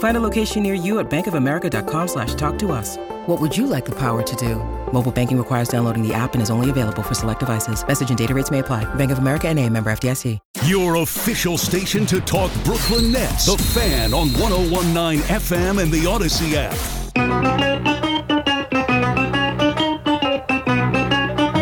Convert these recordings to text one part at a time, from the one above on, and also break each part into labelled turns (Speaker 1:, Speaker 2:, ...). Speaker 1: Find a location near you at bankofamerica.com slash talk to us. What would you like the power to do? Mobile banking requires downloading the app and is only available for select devices. Message and data rates may apply. Bank of America and a member FDIC.
Speaker 2: Your official station to talk Brooklyn Nets. The Fan on 1019 FM and the Odyssey app.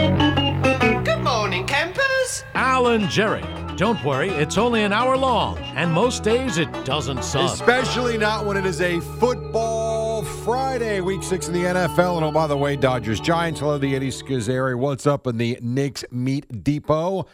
Speaker 3: Good morning, campers.
Speaker 4: Alan Jerry. Don't worry, it's only an hour long, and most days it doesn't suck.
Speaker 5: Especially not when it is a football Friday, week six in the NFL. And oh, by the way, Dodgers Giants. Hello, the Eddie Schizzeri. What's up in the Knicks Meat Depot?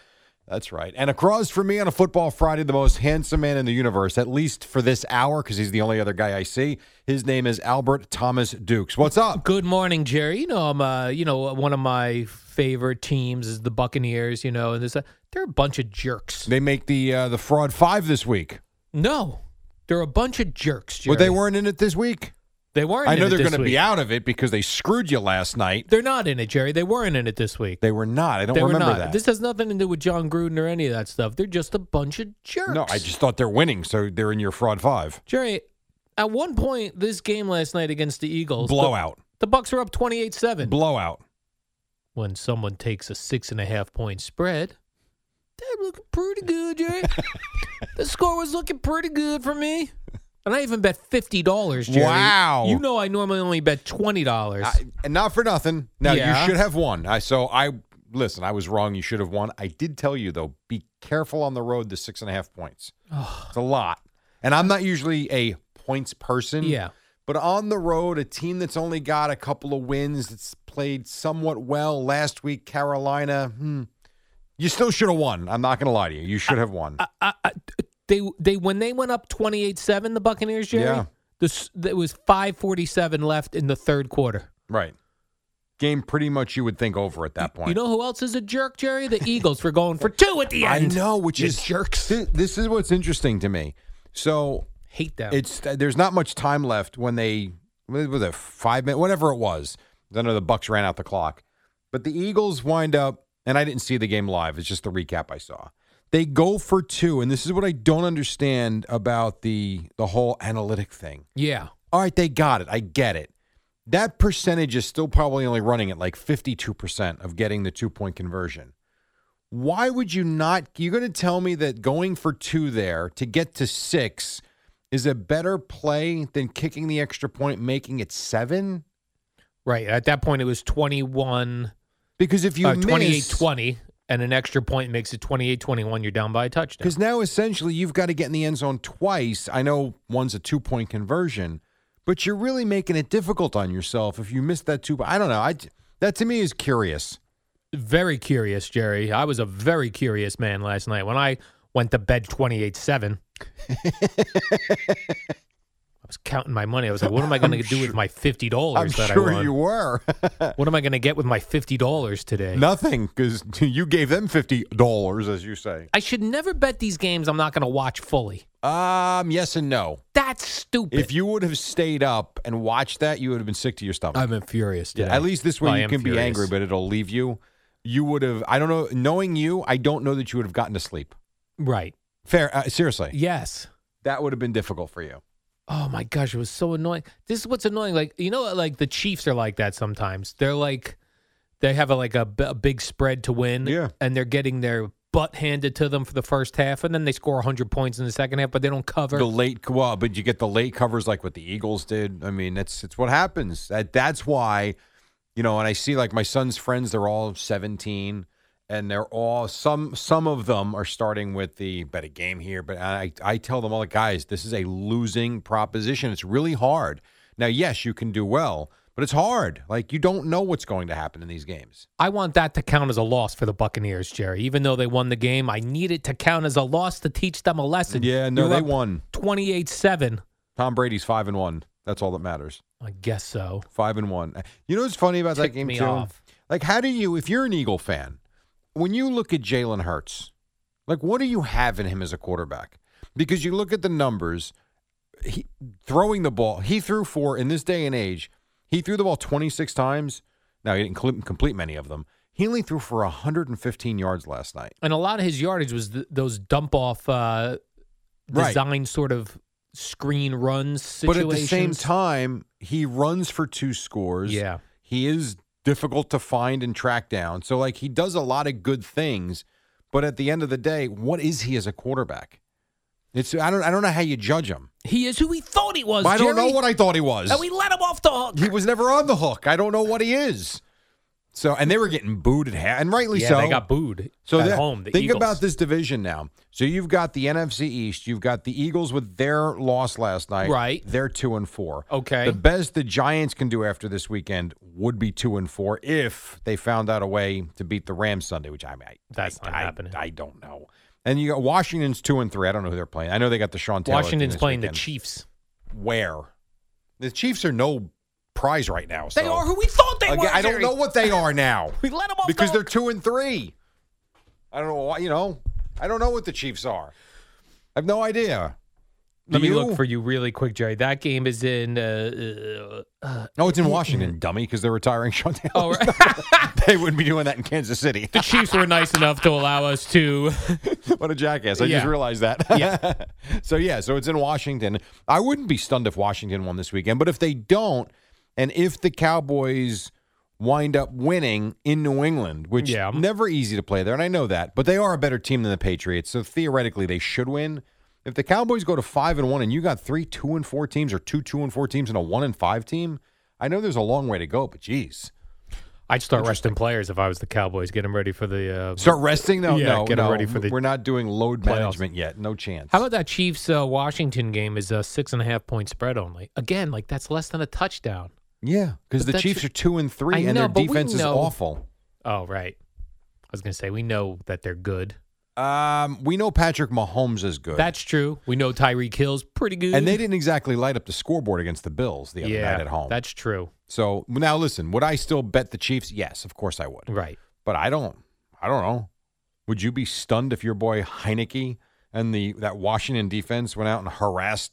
Speaker 5: That's right. And across from me on a football Friday, the most handsome man in the universe, at least for this hour, because he's the only other guy I see. His name is Albert Thomas Dukes. What's up?
Speaker 6: Good morning, Jerry. You know, I'm uh, you know, one of my favorite teams is the Buccaneers. You know, and there's a, they're a bunch of jerks.
Speaker 5: They make the uh, the fraud five this week,
Speaker 6: No, they're a bunch of jerks. Jerry.
Speaker 5: but they weren't in it this week.
Speaker 6: They weren't.
Speaker 5: I know
Speaker 6: in it
Speaker 5: they're
Speaker 6: this
Speaker 5: going to be
Speaker 6: week.
Speaker 5: out of it because they screwed you last night.
Speaker 6: They're not in it, Jerry. They weren't in it this week.
Speaker 5: They were not. I don't
Speaker 6: They were
Speaker 5: remember
Speaker 6: not.
Speaker 5: that.
Speaker 6: This has nothing to do with John Gruden or any of that stuff. They're just a bunch of jerks.
Speaker 5: no, I just thought they're winning, so they're in your fraud five
Speaker 6: Jerry. At one point, this game last night against the Eagles, the-
Speaker 5: blowout.
Speaker 6: The, Bucks are up twenty-eight-seven.
Speaker 5: blowout.
Speaker 6: when someone takes a six and a half point spread, they're looking pretty good, Jerry. the score was looking pretty good for me. And I even bet fifty dollars, Jerry.
Speaker 5: Wow.
Speaker 6: You know I normally only bet twenty dollars.
Speaker 5: I, and not for nothing. Now
Speaker 6: Yeah.
Speaker 5: you should have won. I so I listen. I was wrong. You should have won. I did tell you though. Be careful on the road. The six and a half points. It's a lot. And I'm not usually a points person.
Speaker 6: Yeah.
Speaker 5: But on the road, a team that's only got a couple of wins, that's played somewhat well last week, Carolina. Hmm, you still should have won. I'm not going to lie to you. You should have won.
Speaker 6: I, I, they they when they went up twenty eight seven, the Buccaneers, Jerry.
Speaker 5: Yeah.
Speaker 6: This there was five forty seven left in the third quarter.
Speaker 5: right. Game pretty much you would think over at that point.
Speaker 6: You know who else is a jerk, Jerry? The Eagles for going for two at the
Speaker 5: I
Speaker 6: end.
Speaker 5: know, which
Speaker 6: You
Speaker 5: is
Speaker 6: jerks.
Speaker 5: This, this is what's interesting to me. So
Speaker 6: Hate them.
Speaker 5: it's uh, there's not much time left when they with a five minute whatever it was. I know the Bucks ran out the clock, but the Eagles wind up, and I didn't see the game live. It's just the recap I saw. They go for two, and this is what I don't understand about the the whole analytic thing.
Speaker 6: yeah.
Speaker 5: All right, they got it. I get it. That percentage is still probably only running at like 52% of getting the two point conversion. Why would you not? You're going to tell me that going for two there to get to six is a better play than kicking the extra point, making it seven?
Speaker 6: Right. At that point it was twenty one
Speaker 5: Because if you
Speaker 6: uh,
Speaker 5: miss-
Speaker 6: 28-20 and an extra point makes it 28-21 you're down by a touchdown
Speaker 5: Because now essentially you've got to get in the end zone twice. I know one's a two point conversion, but you're really making it difficult on yourself if you miss that two. I don't know. I, that to me is curious.
Speaker 6: very curious jerry i was a very curious man last night when i went to bed 28-7 i was counting my money i was like what am i going to do with my $50
Speaker 5: I'm
Speaker 6: that
Speaker 5: sure
Speaker 6: i won
Speaker 5: you were.
Speaker 6: what am i going to get with my $50 today
Speaker 5: Nothing, because you gave them fifty dollars, as you say.
Speaker 6: i should never bet these games i'm not going to watch fully
Speaker 5: Um, yes and no.
Speaker 6: that's stupid
Speaker 5: If you would have stayed up and watched that, you would have been sick to your stomach.
Speaker 6: i'm infurious today.
Speaker 5: At least this way,
Speaker 6: I
Speaker 5: you
Speaker 6: am
Speaker 5: can be
Speaker 6: furious.
Speaker 5: angry, but it'll leave you. You would have. I don't know. Knowing you, I don't know that you would have gotten to sleep.
Speaker 6: right
Speaker 5: Fair. Uh, seriously,
Speaker 6: yes
Speaker 5: that would have been difficult for you.
Speaker 6: Oh my gosh, it was so annoying. This is what's annoying. Like you know, like the Chiefs are like that sometimes. They're like they have a, like a, b- a big spread to win,
Speaker 5: Yeah.
Speaker 6: and they're getting their butt handed to them for the first half, and then they score 100 points in the second half, but they don't cover.
Speaker 5: The late, well, but you get the late covers like what the Eagles did. I mean, that's it's what happens. That that's why you know, and I see like my son's friends, they're all 17 and they're all some some of them are starting with the bet a game here, but I I tell them all like guys, this is a losing proposition. It's really hard. Now, yes, you can do well, but it's hard. Like you don't know what's going to happen in these games.
Speaker 6: I want that to count as a loss for the Buccaneers, Jerry. Even though they won the game, I need it to count as a loss to teach them a lesson.
Speaker 5: Yeah, no,
Speaker 6: You're
Speaker 5: they
Speaker 6: up
Speaker 5: won.
Speaker 6: 28-7.
Speaker 5: Tom Brady's 5 and 1. That's all that matters.
Speaker 6: I guess so.
Speaker 5: 5 and 1. You know what's funny about that
Speaker 6: Ticked
Speaker 5: game
Speaker 6: me
Speaker 5: too?
Speaker 6: off.
Speaker 5: Like, how do you, if you're an Eagle fan, when you look at Jalen Hurts, like, what do you have in him as a quarterback? Because you look at the numbers, he, throwing the ball, he threw for, in this day and age, he threw the ball 26 times. Now, he didn't cl- complete many of them. He only threw for 115 yards last night.
Speaker 6: And a lot of his yardage was th- those dump off uh,
Speaker 5: Right.
Speaker 6: design sort of screen runs
Speaker 5: But
Speaker 6: situations.
Speaker 5: at the same time, he runs for two scores.
Speaker 6: Yeah.
Speaker 5: He is difficult to find and track down. So, like, he does a lot of good things. But at the end of the day, what is he as a quarterback? It's I don't I don't know how you judge him.
Speaker 6: he is who he thought he was.
Speaker 5: I don't know
Speaker 6: Jerry.
Speaker 5: what I thought he was.
Speaker 6: And we let him off the hook.
Speaker 5: he was never on the hook. I don't know what he is. So and they were getting booed at half, and rightly
Speaker 6: yeah,
Speaker 5: so.
Speaker 6: they got booed
Speaker 5: So
Speaker 6: at
Speaker 5: that-
Speaker 6: home. The
Speaker 5: think
Speaker 6: Eagles.
Speaker 5: about this division now. So you've got the NFC East. You've got the Eagles with their loss last night.
Speaker 6: Right.
Speaker 5: They're two and four.
Speaker 6: Okay.
Speaker 5: The best the Giants can do after this weekend would be two and four if they found out a way to beat the Rams Sunday, which I mean, I,
Speaker 6: That's
Speaker 5: I,
Speaker 6: not
Speaker 5: I-
Speaker 6: happening.
Speaker 5: I don't know. And you got Washington's two and three. I don't know who they're playing. I know they got the Sean Taylor. team
Speaker 6: Washington's
Speaker 5: this
Speaker 6: playing the
Speaker 5: weekend.
Speaker 6: Chiefs.
Speaker 5: Where the Chiefs are no prize right now. So.
Speaker 6: They are who we thought they
Speaker 5: Again,
Speaker 6: were.
Speaker 5: I don't
Speaker 6: Jerry.
Speaker 5: know what they are now
Speaker 6: We let them off
Speaker 5: because
Speaker 6: the
Speaker 5: they're
Speaker 6: hook.
Speaker 5: two and three. I don't know why. You know, I don't know what the Chiefs are. I have no idea. Do
Speaker 6: Let me
Speaker 5: you?
Speaker 6: look for you really quick, Jerry. That game is in. Uh, uh, uh,
Speaker 5: No, it's in Washington, dummy, because they're retiring Sean Taylor.
Speaker 6: oh, right.
Speaker 5: they wouldn't be doing that in Kansas City.
Speaker 6: the Chiefs were nice enough to allow us to.
Speaker 5: what a jackass! I
Speaker 6: Yeah.
Speaker 5: just realized that. Yeah. so yeah, so it's in Washington. I wouldn't be stunned if Washington won this weekend, but if they don't, and if the Cowboys wind up winning in New England, which
Speaker 6: Yeah.
Speaker 5: never easy to play there, and I know that, but they are a better team than the Patriots, so theoretically they should win. If the Cowboys go to five and one, and you got three two and four teams, or two two and four teams, and a one and five team, I know there's a long way to go, but geez,
Speaker 6: I'd start resting players if I was the Cowboys. Get them ready for the. Uh,
Speaker 5: start resting though.
Speaker 6: Yeah,
Speaker 5: no,
Speaker 6: get 'em
Speaker 5: no,
Speaker 6: ready for the
Speaker 5: we're not doing load
Speaker 6: playoffs.
Speaker 5: management yet. No chance.
Speaker 6: How about that Chiefs uh, Washington game is a six and a half point spread only. Again, like that's less than a touchdown.
Speaker 5: Yeah, because
Speaker 6: But
Speaker 5: the
Speaker 6: that's-
Speaker 5: Chiefs are two and three,
Speaker 6: I
Speaker 5: and
Speaker 6: know,
Speaker 5: their
Speaker 6: but we
Speaker 5: defense is
Speaker 6: know-
Speaker 5: awful.
Speaker 6: Oh right. I was gonna say we know that they're good.
Speaker 5: Um, we know Patrick Mahomes is good,
Speaker 6: That's true. We know Tyreek Hill's pretty good.
Speaker 5: and they didn't exactly light up the scoreboard against the Bills the other
Speaker 6: yeah,
Speaker 5: night at home.
Speaker 6: That's true.
Speaker 5: so now, listen, would I still bet the Chiefs? Yes, of course I would,
Speaker 6: Right.
Speaker 5: but I don't. I don't know. Would you be stunned if your boy Heineke and the that Washington defense went out and harassed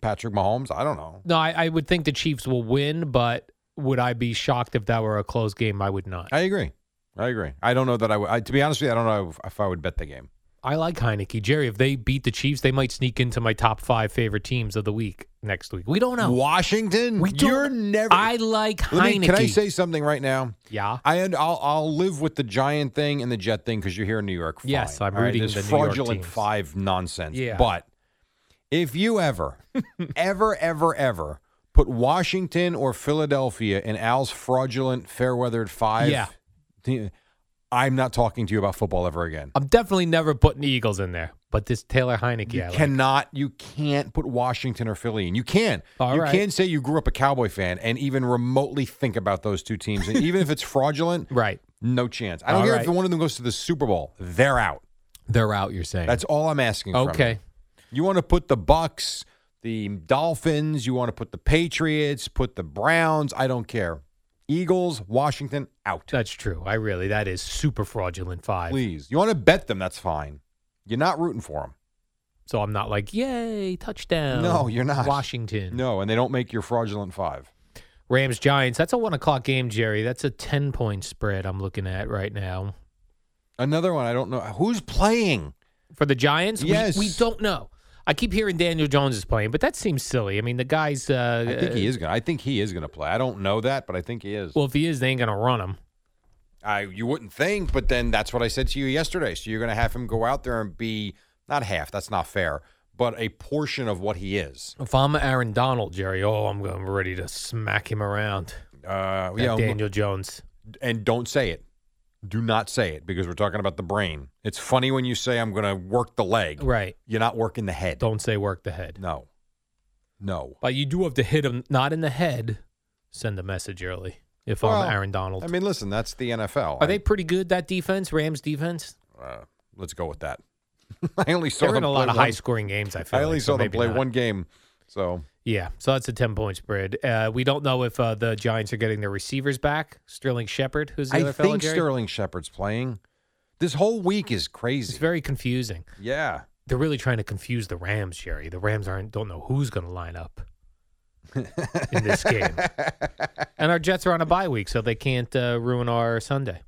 Speaker 5: Patrick Mahomes? I don't know.
Speaker 6: No, I, I would think the Chiefs will win, but would I be shocked if that were a close game? I would not. I,
Speaker 5: I agree. I agree. I don't know that I would. I, to be honest with you, I don't know if- if I would bet the game.
Speaker 6: like Heineke. Jerry, if they beat the Chiefs, they might sneak into my top five favorite teams of the week next week. We don't know.
Speaker 5: Washington,
Speaker 6: We don't-
Speaker 5: you're never.
Speaker 6: I like
Speaker 5: Let
Speaker 6: Heineke.
Speaker 5: me, can I say something right now?
Speaker 6: Yeah.
Speaker 5: I and I'll, I'll live with the giant thing and the jet thing because you're here in New York. Fine.
Speaker 6: Yes, I'm
Speaker 5: All right,
Speaker 6: reading
Speaker 5: this
Speaker 6: the New York
Speaker 5: fraudulent
Speaker 6: teams.
Speaker 5: five nonsense.
Speaker 6: Yeah.
Speaker 5: but if you ever, ever, ever, ever put Washington or Philadelphia in Al's fraudulent fair weathered five,
Speaker 6: Yeah.
Speaker 5: te- I'm not talking to you about football ever again.
Speaker 6: I'm definitely never putting the Eagles in there, but this Taylor Heineke, I
Speaker 5: You
Speaker 6: like.
Speaker 5: cannot, you can't put Washington or Philly in. You can.
Speaker 6: All
Speaker 5: you
Speaker 6: right.
Speaker 5: can say you grew up a Cowboy fan and even remotely think about those two teams, and even if it's fraudulent,
Speaker 6: right.
Speaker 5: No chance. I don't
Speaker 6: All
Speaker 5: care
Speaker 6: right.
Speaker 5: if one of them goes to the Super Bowl. They're out.
Speaker 6: They're out, you're saying.
Speaker 5: That's all I'm asking. from
Speaker 6: okay.
Speaker 5: you. You want to put the Bucks, the Dolphins. You want to put the Patriots. Put the Browns. I don't care. Eagles, Washington, out.
Speaker 6: That's true. I really, that is super fraudulent five.
Speaker 5: Please. You want to bet them? That's fine. You're not rooting for them.
Speaker 6: So I'm not like, yay, touchdown.
Speaker 5: No, you're not.
Speaker 6: Washington.
Speaker 5: No, and they don't make your fraudulent five.
Speaker 6: Rams Giants. That's a one o'clock game, Jerry. That's a 10 point spread I'm looking at right now.
Speaker 5: Another one. I don't know who's playing.
Speaker 6: For the Giants? We-
Speaker 5: Yes.
Speaker 6: We, don't know. I keep hearing Daniel Jones is playing, but that seems silly. I mean, the guy's. Uh,
Speaker 5: I think he is gonna. I think he is gonna play. I don't know that, but I think he is.
Speaker 6: uh, Well, if he is, they ain't going to run him.
Speaker 5: I you wouldn't think, but then that's what I said to you yesterday. So you're going to have him go out there and be not half. That's not fair, but a portion of what he is.
Speaker 6: If I'm Aaron Donald, Jerry, oh, I'm, I'm ready to smack him around.
Speaker 5: Uh,
Speaker 6: That
Speaker 5: yeah,
Speaker 6: Daniel Jones.
Speaker 5: and don't say it. Do not say it because we're talking about the brain. It's funny when you say I'm going to work the leg.
Speaker 6: Right.
Speaker 5: You're not working the head.
Speaker 6: Don't say work the head.
Speaker 5: No. No.
Speaker 6: But you do have to hit him not in the head. Send a message early. If
Speaker 5: Well,
Speaker 6: I'm Aaron Donald.
Speaker 5: I mean, listen, that's the NFL.
Speaker 6: Are they pretty good that defense? Rams defense.
Speaker 5: Uh, let's go with that. I only saw
Speaker 6: They're in
Speaker 5: them
Speaker 6: a lot
Speaker 5: play
Speaker 6: of high
Speaker 5: one-
Speaker 6: scoring games. I feel.
Speaker 5: I only
Speaker 6: like, so
Speaker 5: saw them
Speaker 6: maybe
Speaker 5: play
Speaker 6: not.
Speaker 5: one game. So
Speaker 6: Yeah, so that's a ten point spread. Uh, we don't know if uh, the Giants are getting their receivers back. Sterling Shepard, who's the
Speaker 5: I
Speaker 6: other fellow.
Speaker 5: think Sterling Shepard's playing. This whole week is
Speaker 6: It's
Speaker 5: crazy.
Speaker 6: very confusing.
Speaker 5: yeah.
Speaker 6: They're really trying to confuse the Rams, Jerry. The Rams aren't don't know who's going to line up in this game. and our Jets are on a bye week, so they can't uh, ruin our Sunday.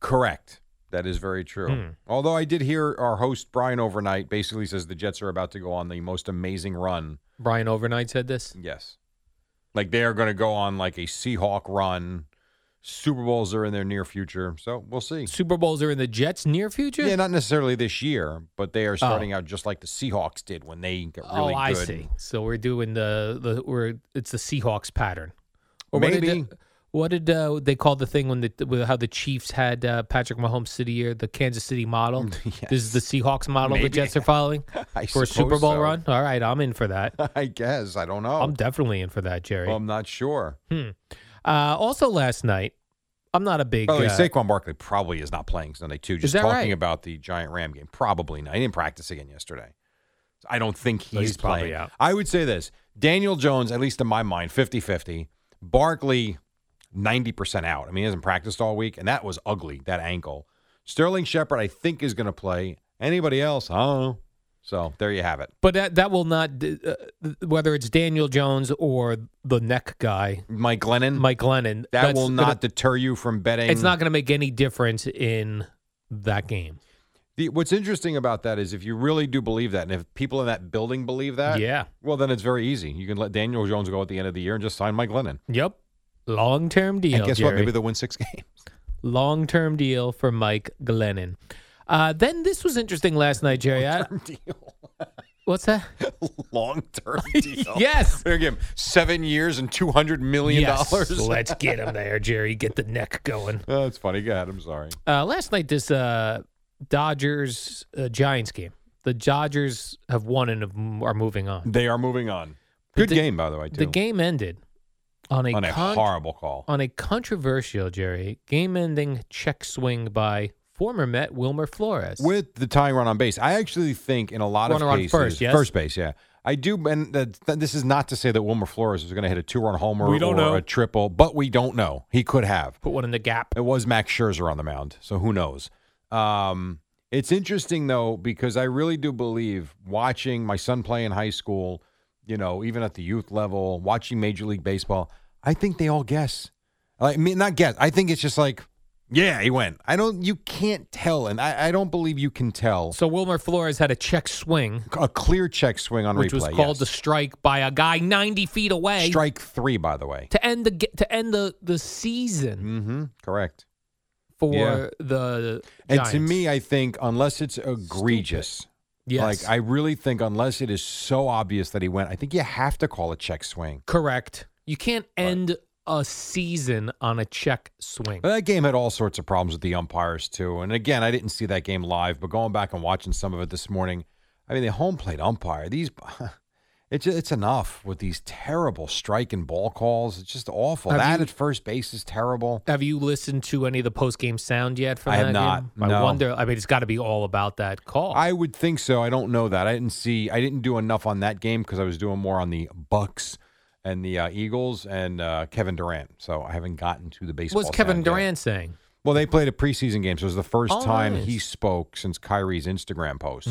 Speaker 5: Correct. That is very true.
Speaker 6: Hmm.
Speaker 5: Although I did hear our host Brian overnight basically says the Jets are about to go on the most amazing run.
Speaker 6: Brian Overnight said this.
Speaker 5: Yes. Like they are going to go on like a Seahawk run. Super Bowls are in their near future. So we'll see.
Speaker 6: Super Bowls are in the Jets' near future.
Speaker 5: Yeah, not necessarily this year, but they are starting out just like the Seahawks did when they got really
Speaker 6: oh,
Speaker 5: good.
Speaker 6: I see. So we're doing the the we're it's the Seahawks pattern. Or what did
Speaker 5: Maybe.
Speaker 6: the- What did uh, they call the thing when the with how the Chiefs had uh, Patrick Mahomes City year, the Kansas City model? This is the Seahawks model the
Speaker 5: Maybe.
Speaker 6: Jets are following
Speaker 5: I
Speaker 6: for a Super
Speaker 5: suppose
Speaker 6: Bowl
Speaker 5: so.
Speaker 6: run. All right, I'm in for that.
Speaker 5: I guess. I don't know.
Speaker 6: I'm definitely in for that, Jerry.
Speaker 5: I'm not sure.
Speaker 6: uh, also, last night, I'm not a big.
Speaker 5: By the way,
Speaker 6: uh,
Speaker 5: Oh, Saquon Barkley probably is not playing Sunday too. Just
Speaker 6: that
Speaker 5: talking
Speaker 6: right?
Speaker 5: about the Giant Ram game, probably not. He didn't practice again yesterday. So I don't think he's,
Speaker 6: No, he's probably
Speaker 5: playing.
Speaker 6: out.
Speaker 5: I would say this: Daniel Jones, at least in my mind, 50-50. Barkley, ninety percent out. I mean, he hasn't practiced all week, and that was ugly. That ankle. Sterling Shepard, I think, is going to play. Anybody else? I don't know. So there you have it.
Speaker 6: but that that will not d- uh, whether it's Daniel Jones or the neck guy,
Speaker 5: Mike Glennon.
Speaker 6: Mike Glennon.
Speaker 5: Hmm. that
Speaker 6: that's
Speaker 5: will
Speaker 6: gonna-
Speaker 5: not deter you from betting.
Speaker 6: It's not going to make any difference in that game.
Speaker 5: The, what's interesting about that is if you really do believe that, and if people in that building believe that,
Speaker 6: Yeah.
Speaker 5: well, then it's very easy. You can let Daniel Jones go at the end of the year and just sign Mike Lennon.
Speaker 6: Yep. Long term deal.
Speaker 5: and guess what?
Speaker 6: Jerry.
Speaker 5: Maybe they'll win six games.
Speaker 6: long term deal for Mike Glennon. Uh, then this was interesting last night, Jerry. I,
Speaker 5: deal.
Speaker 6: what's that?
Speaker 5: Long term deal.
Speaker 6: Yes.
Speaker 5: They're going to give him seven years and $200 million.
Speaker 6: Yes. Let's get him there, Jerry. Get the neck going.
Speaker 5: Oh, that's funny. Go ahead. I'm sorry.
Speaker 6: Uh, last night, this uh, Dodgers uh, Giants game. The Dodgers have won and have, are moving on.
Speaker 5: They are moving on. Good
Speaker 6: the-
Speaker 5: game, by the way, too.
Speaker 6: The game ended on a,
Speaker 5: on a
Speaker 6: con-
Speaker 5: horrible call.
Speaker 6: on a controversial Jerry game-ending check swing by former Met Wilmer Flores.
Speaker 5: With the tying run on base, I actually think in a lot
Speaker 6: Runner
Speaker 5: of
Speaker 6: on
Speaker 5: cases,
Speaker 6: first, yes?
Speaker 5: base, yeah. I do, and that, that- this is not to say that Wilmer Flores was going to hit a two-run homer
Speaker 6: We don't
Speaker 5: or
Speaker 6: know.
Speaker 5: a triple, but we don't know. He could have.
Speaker 6: put one in the gap.
Speaker 5: It was Max Scherzer on the mound, so who knows? Um, it's interesting though because I really do believe watching my son play in high school, you know, even at the youth level, watching Major League Baseball, I think they all guess. Like, I mean, not guess. I think it's just like, yeah, he went. I don't. You can't tell, and I, I don't believe you can tell
Speaker 6: So Wilmer Flores had a check swing,
Speaker 5: a clear check swing on
Speaker 6: which
Speaker 5: replay.
Speaker 6: was called
Speaker 5: yes.
Speaker 6: the strike by a guy 90 feet away
Speaker 5: strike three, by the way.
Speaker 6: to end the ge- to end the the season
Speaker 5: Mm-hmm. Correct.
Speaker 6: for
Speaker 5: Yeah.
Speaker 6: the
Speaker 5: And
Speaker 6: Giants.
Speaker 5: to me, I think unless it's egregious.
Speaker 6: yes,
Speaker 5: Like I really think unless it is so obvious that he went, I think you have to call a check swing.
Speaker 6: correct. You can't end a season on a check swing.
Speaker 5: But that game had all sorts of problems with the umpires too. And again, I didn't see that game live, but going back and watching some of it this morning, I mean the home plate umpire, these it's it's enough with these terrible strike and ball calls. It's just awful.
Speaker 6: Have
Speaker 5: that
Speaker 6: you-
Speaker 5: at first base is terrible.
Speaker 6: Have you listened to any of the post game sound yet? From
Speaker 5: I have
Speaker 6: that
Speaker 5: not,
Speaker 6: game? I
Speaker 5: no.
Speaker 6: wonder. I mean, it's got to be all about that call.
Speaker 5: I would think so. I don't know that. I didn't see. I didn't do enough on that game because I was doing more on the Bucks and the uh, Eagles and uh, Kevin Durant. So I haven't gotten to the baseball.
Speaker 6: What's Kevin
Speaker 5: sound yet.
Speaker 6: Durant saying?
Speaker 5: Well, they played a preseason game, so it was the first
Speaker 6: Oh,
Speaker 5: time
Speaker 6: nice. Hmm.
Speaker 5: he spoke since Kyrie's Instagram post.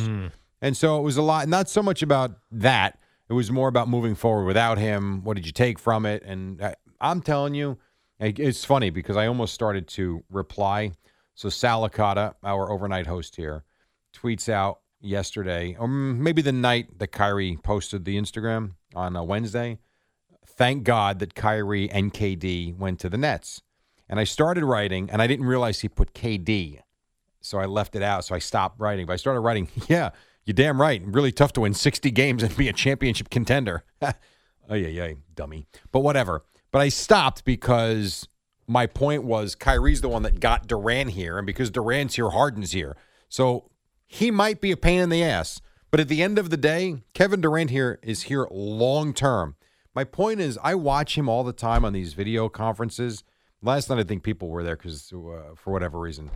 Speaker 5: And so it was a lot, not so much about that. It was more about moving forward without him. What did you take from it? And I, I'm telling you, it- it's funny because I almost started to reply. So Salicata, our overnight host here, tweets out yesterday, or maybe the night that Kyrie posted the Instagram on a Wednesday. Thank God that Kyrie and KD went to the Nets. And I started writing, and I didn't realize he put KD. So I left it out. So I stopped writing. But I started writing, yeah, you're damn right. Really tough to win 60 games and be a championship contender. oh, yeah, yeah, dummy. But whatever. But I stopped because my point was Kyrie's the one that got Duran here, and because Duran's here, Harden's here. So he might be a pain in the ass. But at the end of the day, Kevin Durant here is here long term. My point is, I watch him all the time on these video conferences. Last night, I think people were there because uh, for whatever reason,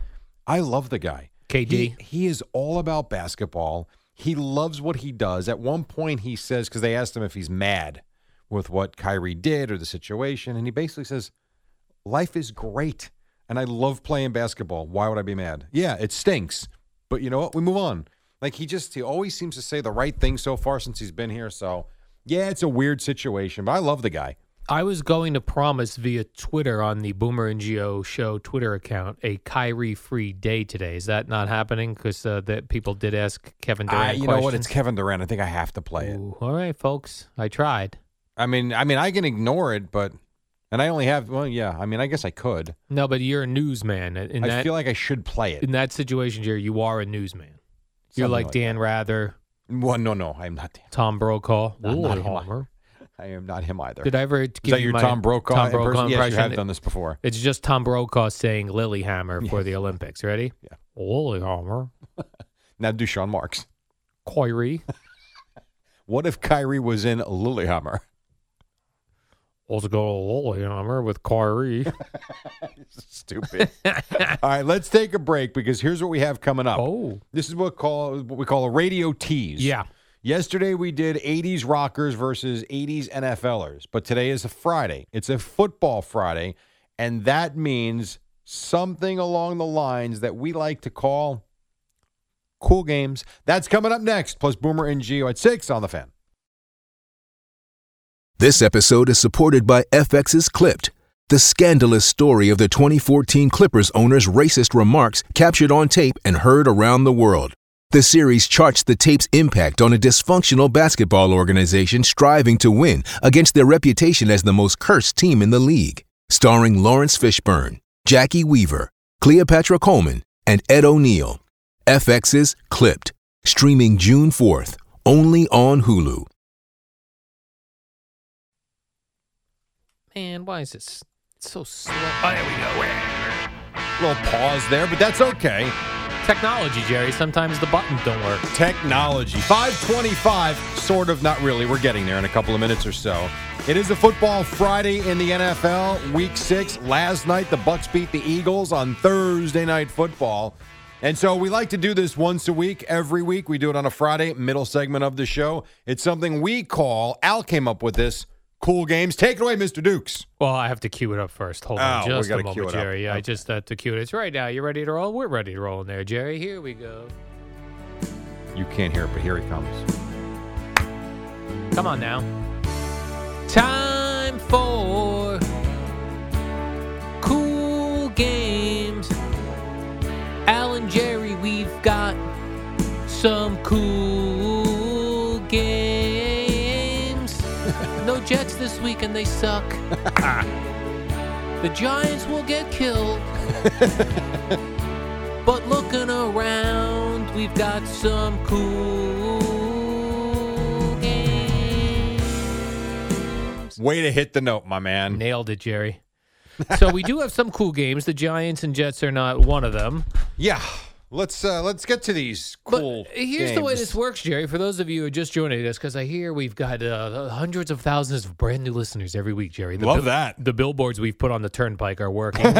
Speaker 5: I love the guy.
Speaker 6: KD.
Speaker 5: He, he is all about basketball. He loves what he does. At one point, he says, because they asked him if he's mad with what Kyrie did or the situation, and he basically says, Life is great, and I love playing basketball. Why would I be mad? Yeah, it stinks, but you know what? We move on. Like he just, he always seems to say the right thing so far since he's been here. So, yeah, it's a weird situation, but I love the guy.
Speaker 6: I was going to promise via Twitter on the Boomer and Geo show Twitter account a Kyrie free day today. Is that not happening? Because uh, that people did ask Kevin Durant.
Speaker 5: I, you know what? It's Kevin Durant. I think I have to play it.
Speaker 6: Ooh, all right, folks. I tried.
Speaker 5: I mean, I mean, I can ignore it, but and I only have well, yeah. I mean, I guess I could.
Speaker 6: No, but you're a newsman. In
Speaker 5: I
Speaker 6: that
Speaker 5: feel like I should play it.
Speaker 6: in that situation, Jerry, you are a newsman. You're
Speaker 5: Something
Speaker 6: like,
Speaker 5: like
Speaker 6: Dan Rather,
Speaker 5: Well, no, no, I am not.
Speaker 6: Tom Brokaw.
Speaker 5: I'm
Speaker 6: Ooh,
Speaker 5: not
Speaker 6: a
Speaker 5: him.
Speaker 6: Homer.
Speaker 5: I am not him either.
Speaker 6: Did I ever give
Speaker 5: Is that
Speaker 6: you
Speaker 5: your
Speaker 6: my
Speaker 5: Tom Brokaw,
Speaker 6: Tom Brokaw
Speaker 5: imperson- Yes, you have
Speaker 6: impression?
Speaker 5: done this before.
Speaker 6: It's just Tom Brokaw saying Lilyhammer for the Olympics. Ready?
Speaker 5: Yeah.
Speaker 6: Lilyhammer.
Speaker 5: Now do Sean Marks.
Speaker 6: Kyrie.
Speaker 5: What if Kyrie was in Lilyhammer?
Speaker 6: Let's go Lilyhammer with Kyrie.
Speaker 5: Stupid. All right, let's take a break because here's what we have coming up.
Speaker 6: oh.
Speaker 5: This is what call what we call a radio tease.
Speaker 6: Yeah.
Speaker 5: Yesterday we did 80s rockers versus 80s NFLers, but today is a Friday. It's a football Friday, and that means something along the lines that we like to call cool games. That's coming up next, plus Boomer and Geo at 6 on the fan.
Speaker 3: This episode is supported by FX's Clipped, the scandalous story of the 2014 Clippers owner's racist remarks captured on tape and heard around the world. The series charts the tape's impact on a dysfunctional basketball organization striving to win against their reputation as the most cursed team in the league. Starring Lawrence Fishburne, Jackie Weaver, Cleopatra Coleman, and Ed O'Neill. FX's Clipped, streaming June 4th, only on Hulu.
Speaker 6: Man, why is this so slow?
Speaker 5: little pause there, but that's okay.
Speaker 6: Technology, Jerry. Sometimes the buttons don't work.
Speaker 5: Technology. 525, sort of, not really. We're getting there in a couple of minutes or so. It is a football Friday in the NFL, week six. Last night, the Bucks beat the Eagles on Thursday night football. And so we like to do this once a week, every week. We do it on a Friday, middle segment of the show. It's something we call, Al came up with this, cool games. Take it away, Mr. Dukes.
Speaker 6: Well, I have to cue it up first. Hold on,
Speaker 5: Oh, we
Speaker 6: just a
Speaker 5: gotta
Speaker 6: moment,
Speaker 5: cue it up.
Speaker 6: Jerry. I
Speaker 5: Okay.
Speaker 6: just had to cue it. It's right now. You ready to roll? We're ready to roll in there, Jerry. Here we go.
Speaker 5: You can't hear it, but here he comes.
Speaker 6: Come on now. Time for cool games. Al and Jerry, we've got some cool games. no Jets this week, and they suck. the Giants will get killed. But looking around, we've got some cool games.
Speaker 5: Way to hit the note, my man.
Speaker 6: Nailed it, Jerry. so we do have some cool games. The Giants and Jets are not one of them.
Speaker 5: Yeah. Let's uh let's get to these cool.
Speaker 6: but here's the way
Speaker 5: games.
Speaker 6: this works, Jerry. For those of you who are just joining us, because I hear we've got uh, hundreds of thousands of brand new listeners every week, Jerry. The
Speaker 5: Love that.
Speaker 6: The billboards we've put on the turnpike are working.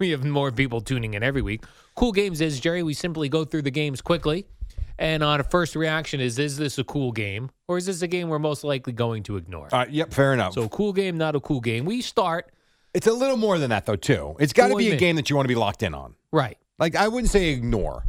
Speaker 6: we have more people tuning in every week. Cool games is Jerry. We simply go through the games quickly, and on a first reaction is is this a cool game or is this a game we're most likely going to ignore?
Speaker 5: All right, yep, fair enough.
Speaker 6: So cool game, not a cool game. We start
Speaker 5: It's a little more than that, though, too. It's got to
Speaker 6: What do
Speaker 5: be
Speaker 6: you
Speaker 5: a
Speaker 6: mean?
Speaker 5: game that you want to be locked in on.
Speaker 6: right.
Speaker 5: Like, I wouldn't say ignore,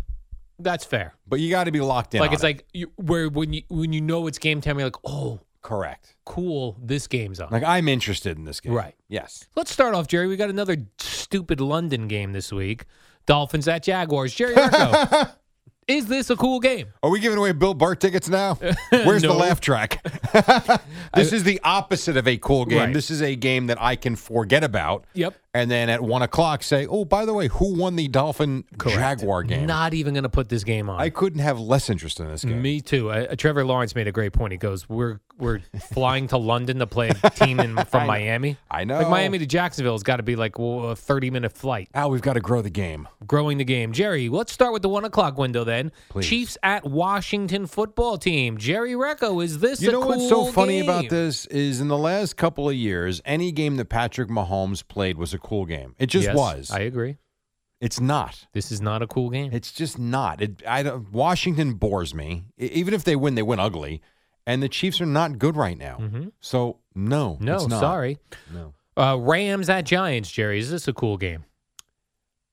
Speaker 6: That's fair.
Speaker 5: but you got to be locked in.
Speaker 6: like
Speaker 5: on
Speaker 6: it's
Speaker 5: it.
Speaker 6: like you, where when you when you know it's game time, you're like, oh,
Speaker 5: correct.
Speaker 6: cool, this game's on.
Speaker 5: Like, I'm interested in this game.
Speaker 6: Right.
Speaker 5: Yes.
Speaker 6: Let's start off, Jerry. We got another stupid London game this week. Dolphins at Jaguars. Jerry Arco, is this a cool game?
Speaker 5: Are we giving away Bill Bart tickets now? Where's the
Speaker 6: No.
Speaker 5: laugh track? this is the opposite of a cool game.
Speaker 6: Right.
Speaker 5: This is a game that I can forget about.
Speaker 6: Yep.
Speaker 5: And then at one o'clock, say, oh, by the way, who won the Dolphin Jaguar game?
Speaker 6: Not even going to put this game on.
Speaker 5: I couldn't have less interest in this game.
Speaker 6: Me too. Uh, Trevor Lawrence made a great point. He goes, "We're we're flying to London to play a team in, from
Speaker 5: I know.
Speaker 6: Miami.
Speaker 5: I
Speaker 6: Like
Speaker 5: know.
Speaker 6: Miami to Jacksonville has got to be like well, a 30 minute flight.
Speaker 5: Now we've got to grow the game.
Speaker 6: Growing the game. Jerry, let's start with the one o'clock window then.
Speaker 5: Please.
Speaker 6: Chiefs at Washington football team. Jerry Recco, is this
Speaker 5: You
Speaker 6: a
Speaker 5: know what's so
Speaker 6: cool
Speaker 5: funny about
Speaker 6: game?
Speaker 5: this is in the last couple of years, any game that Patrick Mahomes played was a cool game. It just
Speaker 6: Yes,
Speaker 5: was.
Speaker 6: I agree.
Speaker 5: it's not.
Speaker 6: This is not a cool game.
Speaker 5: It's just not. It, I don't, Washington bores me. E- Even if they win, they win ugly. And the Chiefs are not good right now. So no,
Speaker 6: Mm-hmm. no,
Speaker 5: it's not.
Speaker 6: sorry.
Speaker 5: no,
Speaker 6: Uh, Rams at Giants, Jerry. Is this a cool game?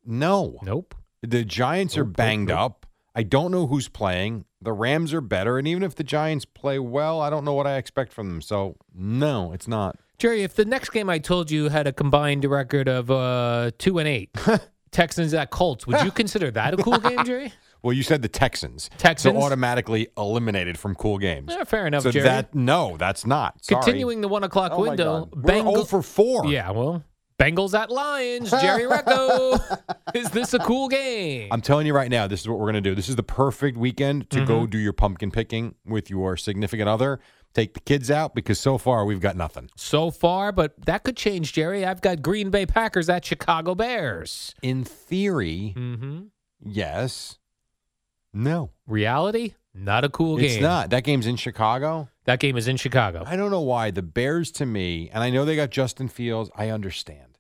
Speaker 5: no.
Speaker 6: Nope.
Speaker 5: The Giants are
Speaker 6: Nope, nope,
Speaker 5: banged
Speaker 6: nope.
Speaker 5: up. I don't know who's playing. The Rams are better, and even if the Giants play well, I don't know what I expect from them. So no, it's not.
Speaker 6: Jerry, if the next game I told you had a combined record of uh, two and eight, Texans at Colts, would you consider that a cool game, Jerry?
Speaker 5: Well, you said the Texans.
Speaker 6: Texans?
Speaker 5: So automatically eliminated from cool games.
Speaker 6: Yeah, fair enough,
Speaker 5: so
Speaker 6: Jerry.
Speaker 5: that no, that's not. Sorry.
Speaker 6: Continuing the one o'clock
Speaker 5: Oh my
Speaker 6: window,
Speaker 5: God. We're
Speaker 6: Bengal-
Speaker 5: 0 for four.
Speaker 6: Yeah, well, Bengals at Lions, Jerry Recco. is this a cool game?
Speaker 5: I'm telling you right now, this is what we're going to do. This is the perfect weekend to
Speaker 6: Mm-hmm.
Speaker 5: go do your pumpkin picking with your significant other. Take the kids out because so far we've got nothing.
Speaker 6: so far, but that could change, Jerry. I've got Green Bay Packers at Chicago Bears.
Speaker 5: In theory,
Speaker 6: Mm-hmm.
Speaker 5: yes. No.
Speaker 6: Reality, not a cool game.
Speaker 5: It's not. That game's in Chicago.
Speaker 6: That game is in Chicago.
Speaker 5: I don't know why the Bears to me, and I know they got Justin Fields, I understand.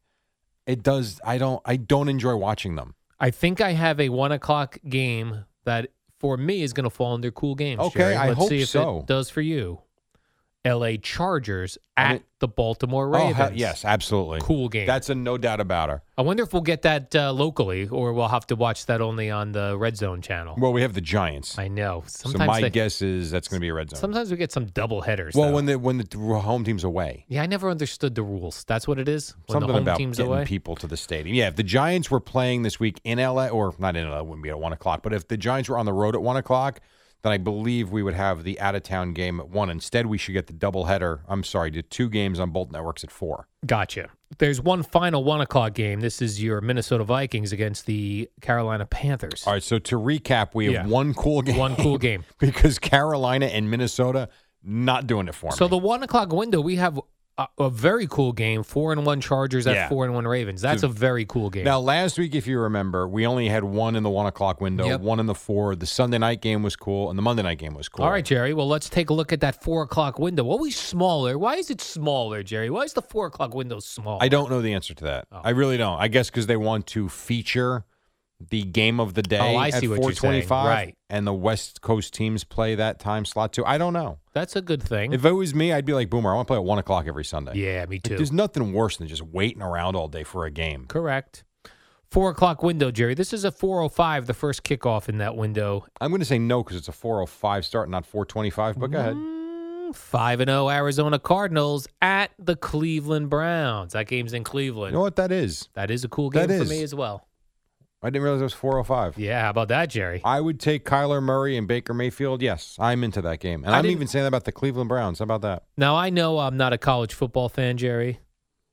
Speaker 5: It does I don't I don't enjoy watching them.
Speaker 6: I think I have a one o'clock game that for me is going to fall under cool games.
Speaker 5: Okay,
Speaker 6: Jerry.
Speaker 5: I
Speaker 6: Let's
Speaker 5: hope
Speaker 6: see if
Speaker 5: so.
Speaker 6: it does for you. L.A. Chargers
Speaker 5: I
Speaker 6: at
Speaker 5: mean-
Speaker 6: the Baltimore
Speaker 5: Oh,
Speaker 6: Ravens.
Speaker 5: hell- yes, absolutely.
Speaker 6: cool game.
Speaker 5: That's a no doubt about her.
Speaker 6: I wonder if we'll get that uh, locally, or we'll have to watch that only on the Red Zone channel.
Speaker 5: Well, we have the Giants.
Speaker 6: I know.
Speaker 5: So
Speaker 6: Sometimes
Speaker 5: my
Speaker 6: they-
Speaker 5: guess is that's going to be a red zone.
Speaker 6: sometimes we get some double headers.
Speaker 5: well,
Speaker 6: though.
Speaker 5: when the when the home team's away,
Speaker 6: yeah, I never understood the rules. That's what it is. When
Speaker 5: something
Speaker 6: the home
Speaker 5: about
Speaker 6: team's
Speaker 5: getting
Speaker 6: away.
Speaker 5: people to the stadium. Yeah, if the Giants were playing this week in LA, or not in LA, it wouldn't be at one o'clock. But if the Giants were on the road at one o'clock, then I believe we would have the out of town game at one. Instead, we should get the doubleheader. I'm sorry, the two games on both networks at four.
Speaker 6: Gotcha. There's one final one o'clock game. This is your Minnesota Vikings against the Carolina Panthers.
Speaker 5: All right. So to recap, we have
Speaker 6: Yeah.
Speaker 5: one cool game.
Speaker 6: One cool game.
Speaker 5: because Carolina and Minnesota not doing it for
Speaker 6: So
Speaker 5: me.
Speaker 6: the one o'clock window, we have a, a very cool game. Four and one Chargers at
Speaker 5: Yeah.
Speaker 6: four and one Ravens. That's a very cool game.
Speaker 5: Now, last week, if you remember, we only had one in the one o'clock window,
Speaker 6: Yep.
Speaker 5: one in the four. The Sunday night game was cool, and the Monday night game was cool.
Speaker 6: All right, Jerry. Well, let's take a look at that four o'clock window. Always smaller. Why is it smaller, Jerry? Why is the four o'clock window small?
Speaker 5: I don't know the answer to that.
Speaker 6: Oh.
Speaker 5: I really don't. I guess because they want to feature the game of the day
Speaker 6: Oh, I
Speaker 5: at
Speaker 6: see what you're saying.
Speaker 5: 425,
Speaker 6: Right.
Speaker 5: and the West Coast teams play that time slot too. I don't know.
Speaker 6: That's a good thing.
Speaker 5: If it was me, I'd be like, Boomer, I want to play at one o'clock every Sunday.
Speaker 6: yeah, me too.
Speaker 5: There's nothing worse than just waiting around all day for a game.
Speaker 6: Correct. Four o'clock window, Jerry. This is a four o five. The first kickoff in that window.
Speaker 5: I'm going to say no because it's a 4:05 start, not 4:25. But go ahead.
Speaker 6: Mm, Five and zero Arizona Cardinals at the Cleveland Browns. That game's in
Speaker 5: You
Speaker 6: Cleveland.
Speaker 5: know what that is?
Speaker 6: that is a cool game
Speaker 5: That
Speaker 6: for
Speaker 5: is.
Speaker 6: me as well.
Speaker 5: I didn't realize it was 4:05.
Speaker 6: Yeah, how about that, Jerry?
Speaker 5: I would take Kyler Murray and Baker Mayfield. Yes, I'm into that game. And
Speaker 6: I
Speaker 5: I'm
Speaker 6: didn't-
Speaker 5: even saying that about the Cleveland Browns. How about that?
Speaker 6: Now I know I'm not a college football fan, Jerry.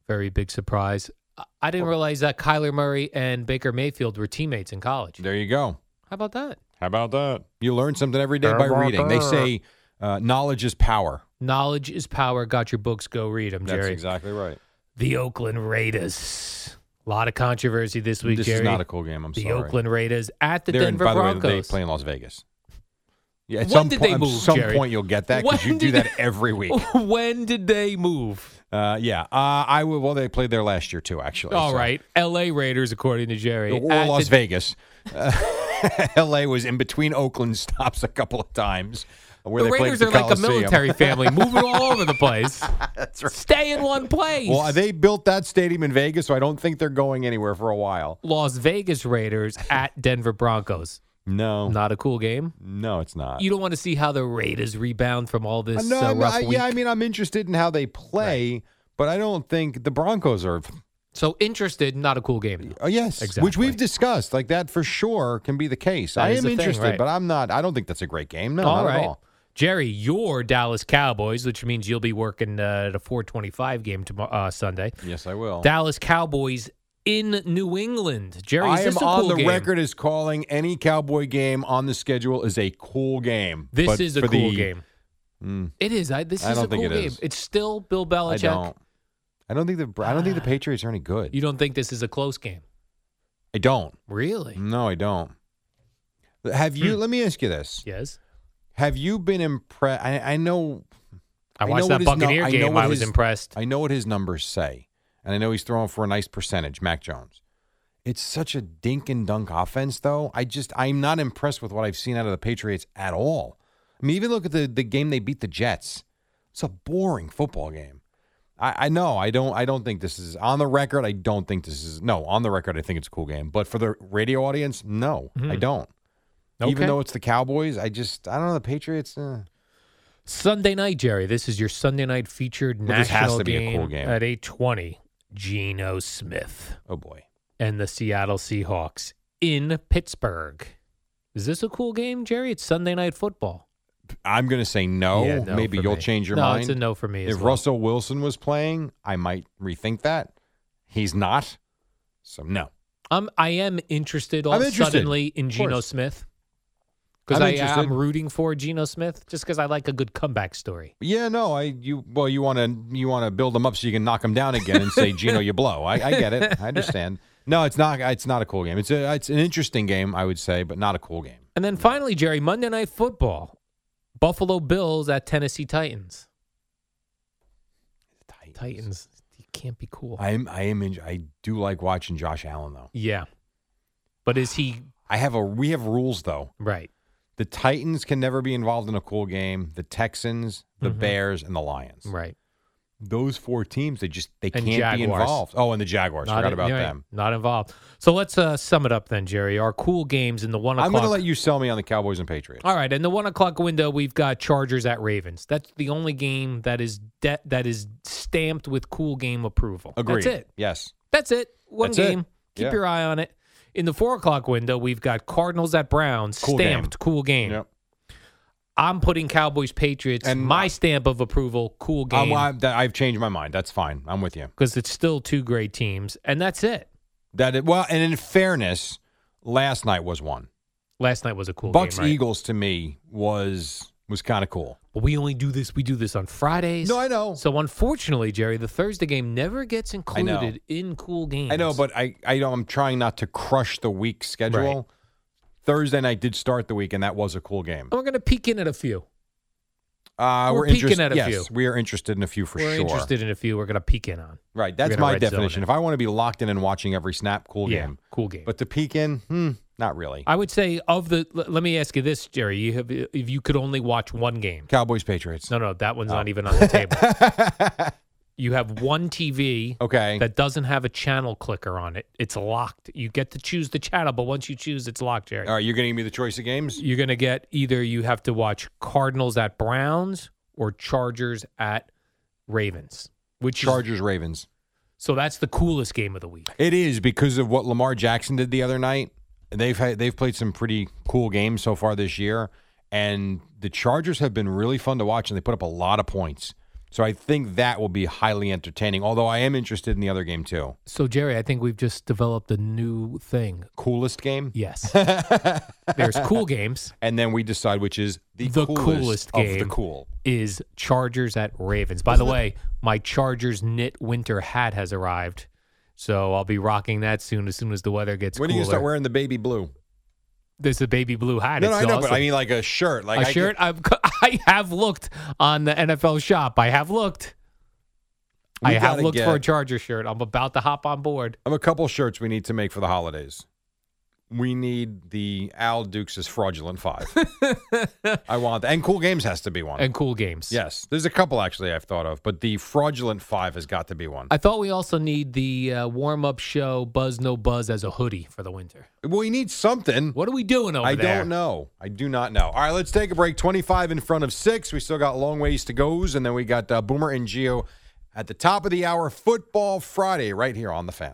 Speaker 6: Very big surprise. I- I didn't realize that Kyler Murray and Baker Mayfield were teammates in college.
Speaker 5: There you go.
Speaker 6: How about that?
Speaker 5: How about that? You learn something every day by
Speaker 6: How about
Speaker 5: reading. They
Speaker 6: that?
Speaker 5: say uh, knowledge is power.
Speaker 6: Knowledge is power. Got your books. Go read them,
Speaker 5: That's
Speaker 6: Jerry.
Speaker 5: exactly right.
Speaker 6: The Oakland Raiders. A lot of controversy this week,
Speaker 5: this
Speaker 6: Jerry.
Speaker 5: is not a cool game. I'm
Speaker 6: the
Speaker 5: sorry.
Speaker 6: Oakland Raiders at the
Speaker 5: They're in-
Speaker 6: Denver
Speaker 5: by the
Speaker 6: Broncos.
Speaker 5: way, they play in Las Vegas. Yeah, at
Speaker 6: When
Speaker 5: some,
Speaker 6: did
Speaker 5: point,
Speaker 6: they move,
Speaker 5: some
Speaker 6: Jerry?
Speaker 5: point you'll get that because
Speaker 6: When
Speaker 5: you do
Speaker 6: did Oh.
Speaker 5: that every week.
Speaker 6: when did they move?
Speaker 5: Uh, yeah, uh, I would. Well, they played there last year too, actually.
Speaker 6: All
Speaker 5: so-
Speaker 6: right, L.A. Raiders, according to Jerry.
Speaker 5: or
Speaker 6: At
Speaker 5: Las
Speaker 6: the-
Speaker 5: Vegas. Uh, L.A. was in between Oakland stops a couple of times. Where
Speaker 6: The
Speaker 5: they played
Speaker 6: Raiders
Speaker 5: at
Speaker 6: are
Speaker 5: the
Speaker 6: like a
Speaker 5: Coliseum.
Speaker 6: military family, moving all over the place. That's right. Stay in one place.
Speaker 5: Well, they built that stadium in Vegas, so I don't think they're going anywhere for a while.
Speaker 6: Las Vegas Raiders at Denver Broncos.
Speaker 5: No,
Speaker 6: Not a cool game.
Speaker 5: no, it's not.
Speaker 6: You don't want to see how the Raiders rebound from all
Speaker 5: Uh,
Speaker 6: this
Speaker 5: no,
Speaker 6: uh,
Speaker 5: I'm-
Speaker 6: rough
Speaker 5: I-
Speaker 6: week.
Speaker 5: yeah, I mean, I'm interested in how they play, but I don't think the Broncos are.
Speaker 6: so interested, not a cool game. though.
Speaker 5: Oh, yes, which
Speaker 6: Exactly.
Speaker 5: we've discussed. Like that for sure can be the case.
Speaker 6: That
Speaker 5: I
Speaker 6: is
Speaker 5: am
Speaker 6: the thing,
Speaker 5: interested,
Speaker 6: right.
Speaker 5: but I'm not. I don't think that's a great game. No, not at all.
Speaker 6: Jerry, your Dallas Cowboys, which means you'll be working uh, the 425 game tomorrow uh, Sunday.
Speaker 5: Yes, I will.
Speaker 6: Dallas Cowboys in New England. Jerry, is
Speaker 5: I
Speaker 6: this
Speaker 5: am
Speaker 6: a
Speaker 5: on
Speaker 6: cool
Speaker 5: the
Speaker 6: game?
Speaker 5: record as calling any Cowboy game on the schedule is a cool game.
Speaker 6: This
Speaker 5: But
Speaker 6: is a
Speaker 5: for
Speaker 6: cool
Speaker 5: the-
Speaker 6: game. It is. I, this
Speaker 5: I
Speaker 6: is
Speaker 5: don't
Speaker 6: a
Speaker 5: think
Speaker 6: cool
Speaker 5: it
Speaker 6: game.
Speaker 5: is.
Speaker 6: It's still Bill Belichick. Ah.
Speaker 5: I don't. I don't think the I don't think the Patriots are any good.
Speaker 6: You don't think this is a close game? Mm.
Speaker 5: I don't.
Speaker 6: Really? Hmm.
Speaker 5: No, I don't. Have you? Let me ask you this:
Speaker 6: Yes.
Speaker 5: Have you been impressed? I, I know.
Speaker 6: I
Speaker 5: know
Speaker 6: watched
Speaker 5: what his
Speaker 6: that
Speaker 5: nu-
Speaker 6: Buccaneer
Speaker 5: I know
Speaker 6: game.
Speaker 5: what
Speaker 6: I was
Speaker 5: his-
Speaker 6: impressed.
Speaker 5: I know what his numbers say, and I know he's throwing for a nice percentage, Mac Jones. It's such a dink and dunk offense, though. I just I'm not impressed with what I've seen out of the Patriots at all. I mean, even look at the the game they beat the Jets. It's a boring football game. I, I know I don't I don't think this is on the record. I don't think this is no on the record. I think it's a cool game, but for the radio audience, no, I don't. Even
Speaker 6: Mm-hmm. Okay.
Speaker 5: though it's the Cowboys, I just I don't know the Patriots. Eh.
Speaker 6: Sunday night, Jerry. This is your Sunday night featured
Speaker 5: Well,
Speaker 6: national
Speaker 5: this has to be a
Speaker 6: game,
Speaker 5: cool game.
Speaker 6: at eight twenty. Geno Smith
Speaker 5: Oh boy.
Speaker 6: and the Seattle Seahawks in Pittsburgh. Is this a cool game, Jerry? It's Sunday night football.
Speaker 5: I'm going to say no.
Speaker 6: Yeah, no
Speaker 5: Oh, Maybe
Speaker 6: for
Speaker 5: you'll
Speaker 6: me.
Speaker 5: change your
Speaker 6: No,
Speaker 5: mind.
Speaker 6: it's a no for me as
Speaker 5: If
Speaker 6: well.
Speaker 5: Russell Wilson was playing, I might rethink that. He's not. So no.
Speaker 6: I'm I am interested all
Speaker 5: I'm interested.
Speaker 6: suddenly in
Speaker 5: Of
Speaker 6: Geno
Speaker 5: course.
Speaker 6: Smith. Because
Speaker 5: I'm
Speaker 6: I
Speaker 5: interested.
Speaker 6: am rooting for Geno Smith just because I like a good comeback story.
Speaker 5: But yeah, no. I you well you want to you want to build him up so you can knock him down again and say Gino you blow. I, I get it. I understand. No, it's not. It's not a cool game. It's a it's an interesting game I would say, but not a cool game.
Speaker 6: And then finally, Jerry, Monday night football. Buffalo Bills at Tennessee Titans. Titans. You can't be cool.
Speaker 5: I'm I am in, I do like watching Josh Allen though.
Speaker 6: yeah. But is he
Speaker 5: I have a we have rules though.
Speaker 6: right?
Speaker 5: The Titans can never be involved in a cool game. The Texans, the Bears, and the Lions.
Speaker 6: Mm-hmm. Right.
Speaker 5: those four teams they just they
Speaker 6: And
Speaker 5: can't be
Speaker 6: Jaguars.
Speaker 5: involved. Oh, and the Jaguars. Forgot
Speaker 6: in-
Speaker 5: about
Speaker 6: you're right,
Speaker 5: them.
Speaker 6: Not involved. So let's uh, sum it up then, Jerry. Our cool games in the one o'clock.
Speaker 5: I'm going to let you sell me on the Cowboys and Patriots.
Speaker 6: All right, in the one o'clock window, we've got Chargers at Ravens. That's the only game that is de- that is stamped with cool game approval.
Speaker 5: Agreed.
Speaker 6: That's it.
Speaker 5: Yes.
Speaker 6: That's it. One
Speaker 5: That's it.
Speaker 6: game. Keep
Speaker 5: Yeah.
Speaker 6: your eye on it. In the four o'clock window, we've got Cardinals at Browns.
Speaker 5: Cool game.
Speaker 6: stamped cool game.
Speaker 5: Yep.
Speaker 6: I'm putting Cowboys Patriots.
Speaker 5: And-
Speaker 6: my stamp of approval. Cool
Speaker 5: I'm,
Speaker 6: game
Speaker 5: I'm, that, I've changed my mind. That's fine. I'm with you.
Speaker 6: because it's still two great teams, and that's it.
Speaker 5: That it, well, and in fairness, last night was one.
Speaker 6: Last night was a cool
Speaker 5: Bucks
Speaker 6: game. right?
Speaker 5: Eagles to me was was kind of cool.
Speaker 6: But we only do this. We do this on Fridays.
Speaker 5: No, I know.
Speaker 6: So unfortunately, Jerry, the Thursday game never gets
Speaker 5: know.
Speaker 6: included in cool games.
Speaker 5: I know, but I I know I'm trying not to crush the week schedule.
Speaker 6: Right.
Speaker 5: Thursday night did start the week, and that was a cool game.
Speaker 6: And we're going to peek in at a few.
Speaker 5: Uh,
Speaker 6: We're
Speaker 5: we're
Speaker 6: peeking
Speaker 5: interest-
Speaker 6: at a
Speaker 5: yes,
Speaker 6: few.
Speaker 5: we are interested in a few for
Speaker 6: we're
Speaker 5: sure.
Speaker 6: interested in a few. We're going to peek in on.
Speaker 5: Right. That's
Speaker 6: gonna
Speaker 5: my
Speaker 6: red zone
Speaker 5: definition.
Speaker 6: it.
Speaker 5: If I want to be locked in and watching every snap, cool
Speaker 6: yeah,
Speaker 5: game.
Speaker 6: cool game.
Speaker 5: But to peek in, hmm, not really.
Speaker 6: I would say of the. l- let me ask you this, Jerry. You have if you could only watch one game.
Speaker 5: Cowboys, Patriots.
Speaker 6: No, no, that one's not even on the table. you have one TV
Speaker 5: Okay.
Speaker 6: that doesn't have a channel clicker on it. It's locked. You get to choose the channel, but once you choose, it's locked, Jerry.
Speaker 5: All right, you're going to give me the choice of games?
Speaker 6: you're going to get either you have to watch Cardinals at Browns or Chargers at Ravens. Which is-
Speaker 5: Chargers, Ravens.
Speaker 6: so that's the coolest game of the week.
Speaker 5: It is because of what Lamar Jackson did the other night. They've had, they've played some pretty cool games so far this year, and the Chargers have been really fun to watch, and they put up a lot of points. So I think that will be highly entertaining. Although I am interested in the other game too.
Speaker 6: So Jerry, I think we've just developed a new thing.
Speaker 5: Coolest game,
Speaker 6: Yes. There's cool games
Speaker 5: and then we decide which is the,
Speaker 6: The
Speaker 5: coolest,
Speaker 6: coolest
Speaker 5: of the
Speaker 6: game.
Speaker 5: cool.
Speaker 6: is Chargers at Ravens. By the way, my Chargers knit winter hat has arrived. So I'll be rocking that soon as soon as the weather gets
Speaker 5: when
Speaker 6: cooler.
Speaker 5: do you start wearing the baby blue?
Speaker 6: There's a baby blue hat.
Speaker 5: No, no,
Speaker 6: It's
Speaker 5: I know, but
Speaker 6: awesome.
Speaker 5: I mean like a shirt, like
Speaker 6: a
Speaker 5: I could-
Speaker 6: shirt. I've, I have looked on the NFL shop. I have looked.
Speaker 5: We
Speaker 6: I have
Speaker 5: gotta
Speaker 6: looked for a
Speaker 5: get-
Speaker 6: Charger shirt. I'm about to hop on board.
Speaker 5: I have a couple shirts we need to make for the holidays. We need the Al Dukes is fraudulent five. I want that. And cool games has to be one.
Speaker 6: And cool games.
Speaker 5: yes, there's a couple actually I've thought of, but the fraudulent five has got to be one.
Speaker 6: I thought we also need the uh, warm up show Buzz No Buzz as a hoodie for the winter.
Speaker 5: well, we need something.
Speaker 6: What are we doing over
Speaker 5: I
Speaker 6: there?
Speaker 5: don't know. I do not know. All right, let's take a break. 25 in front of six. We still got long ways to goes, and then we got uh, Boomer and Geo at the top of the hour. Football Friday right here on the fan.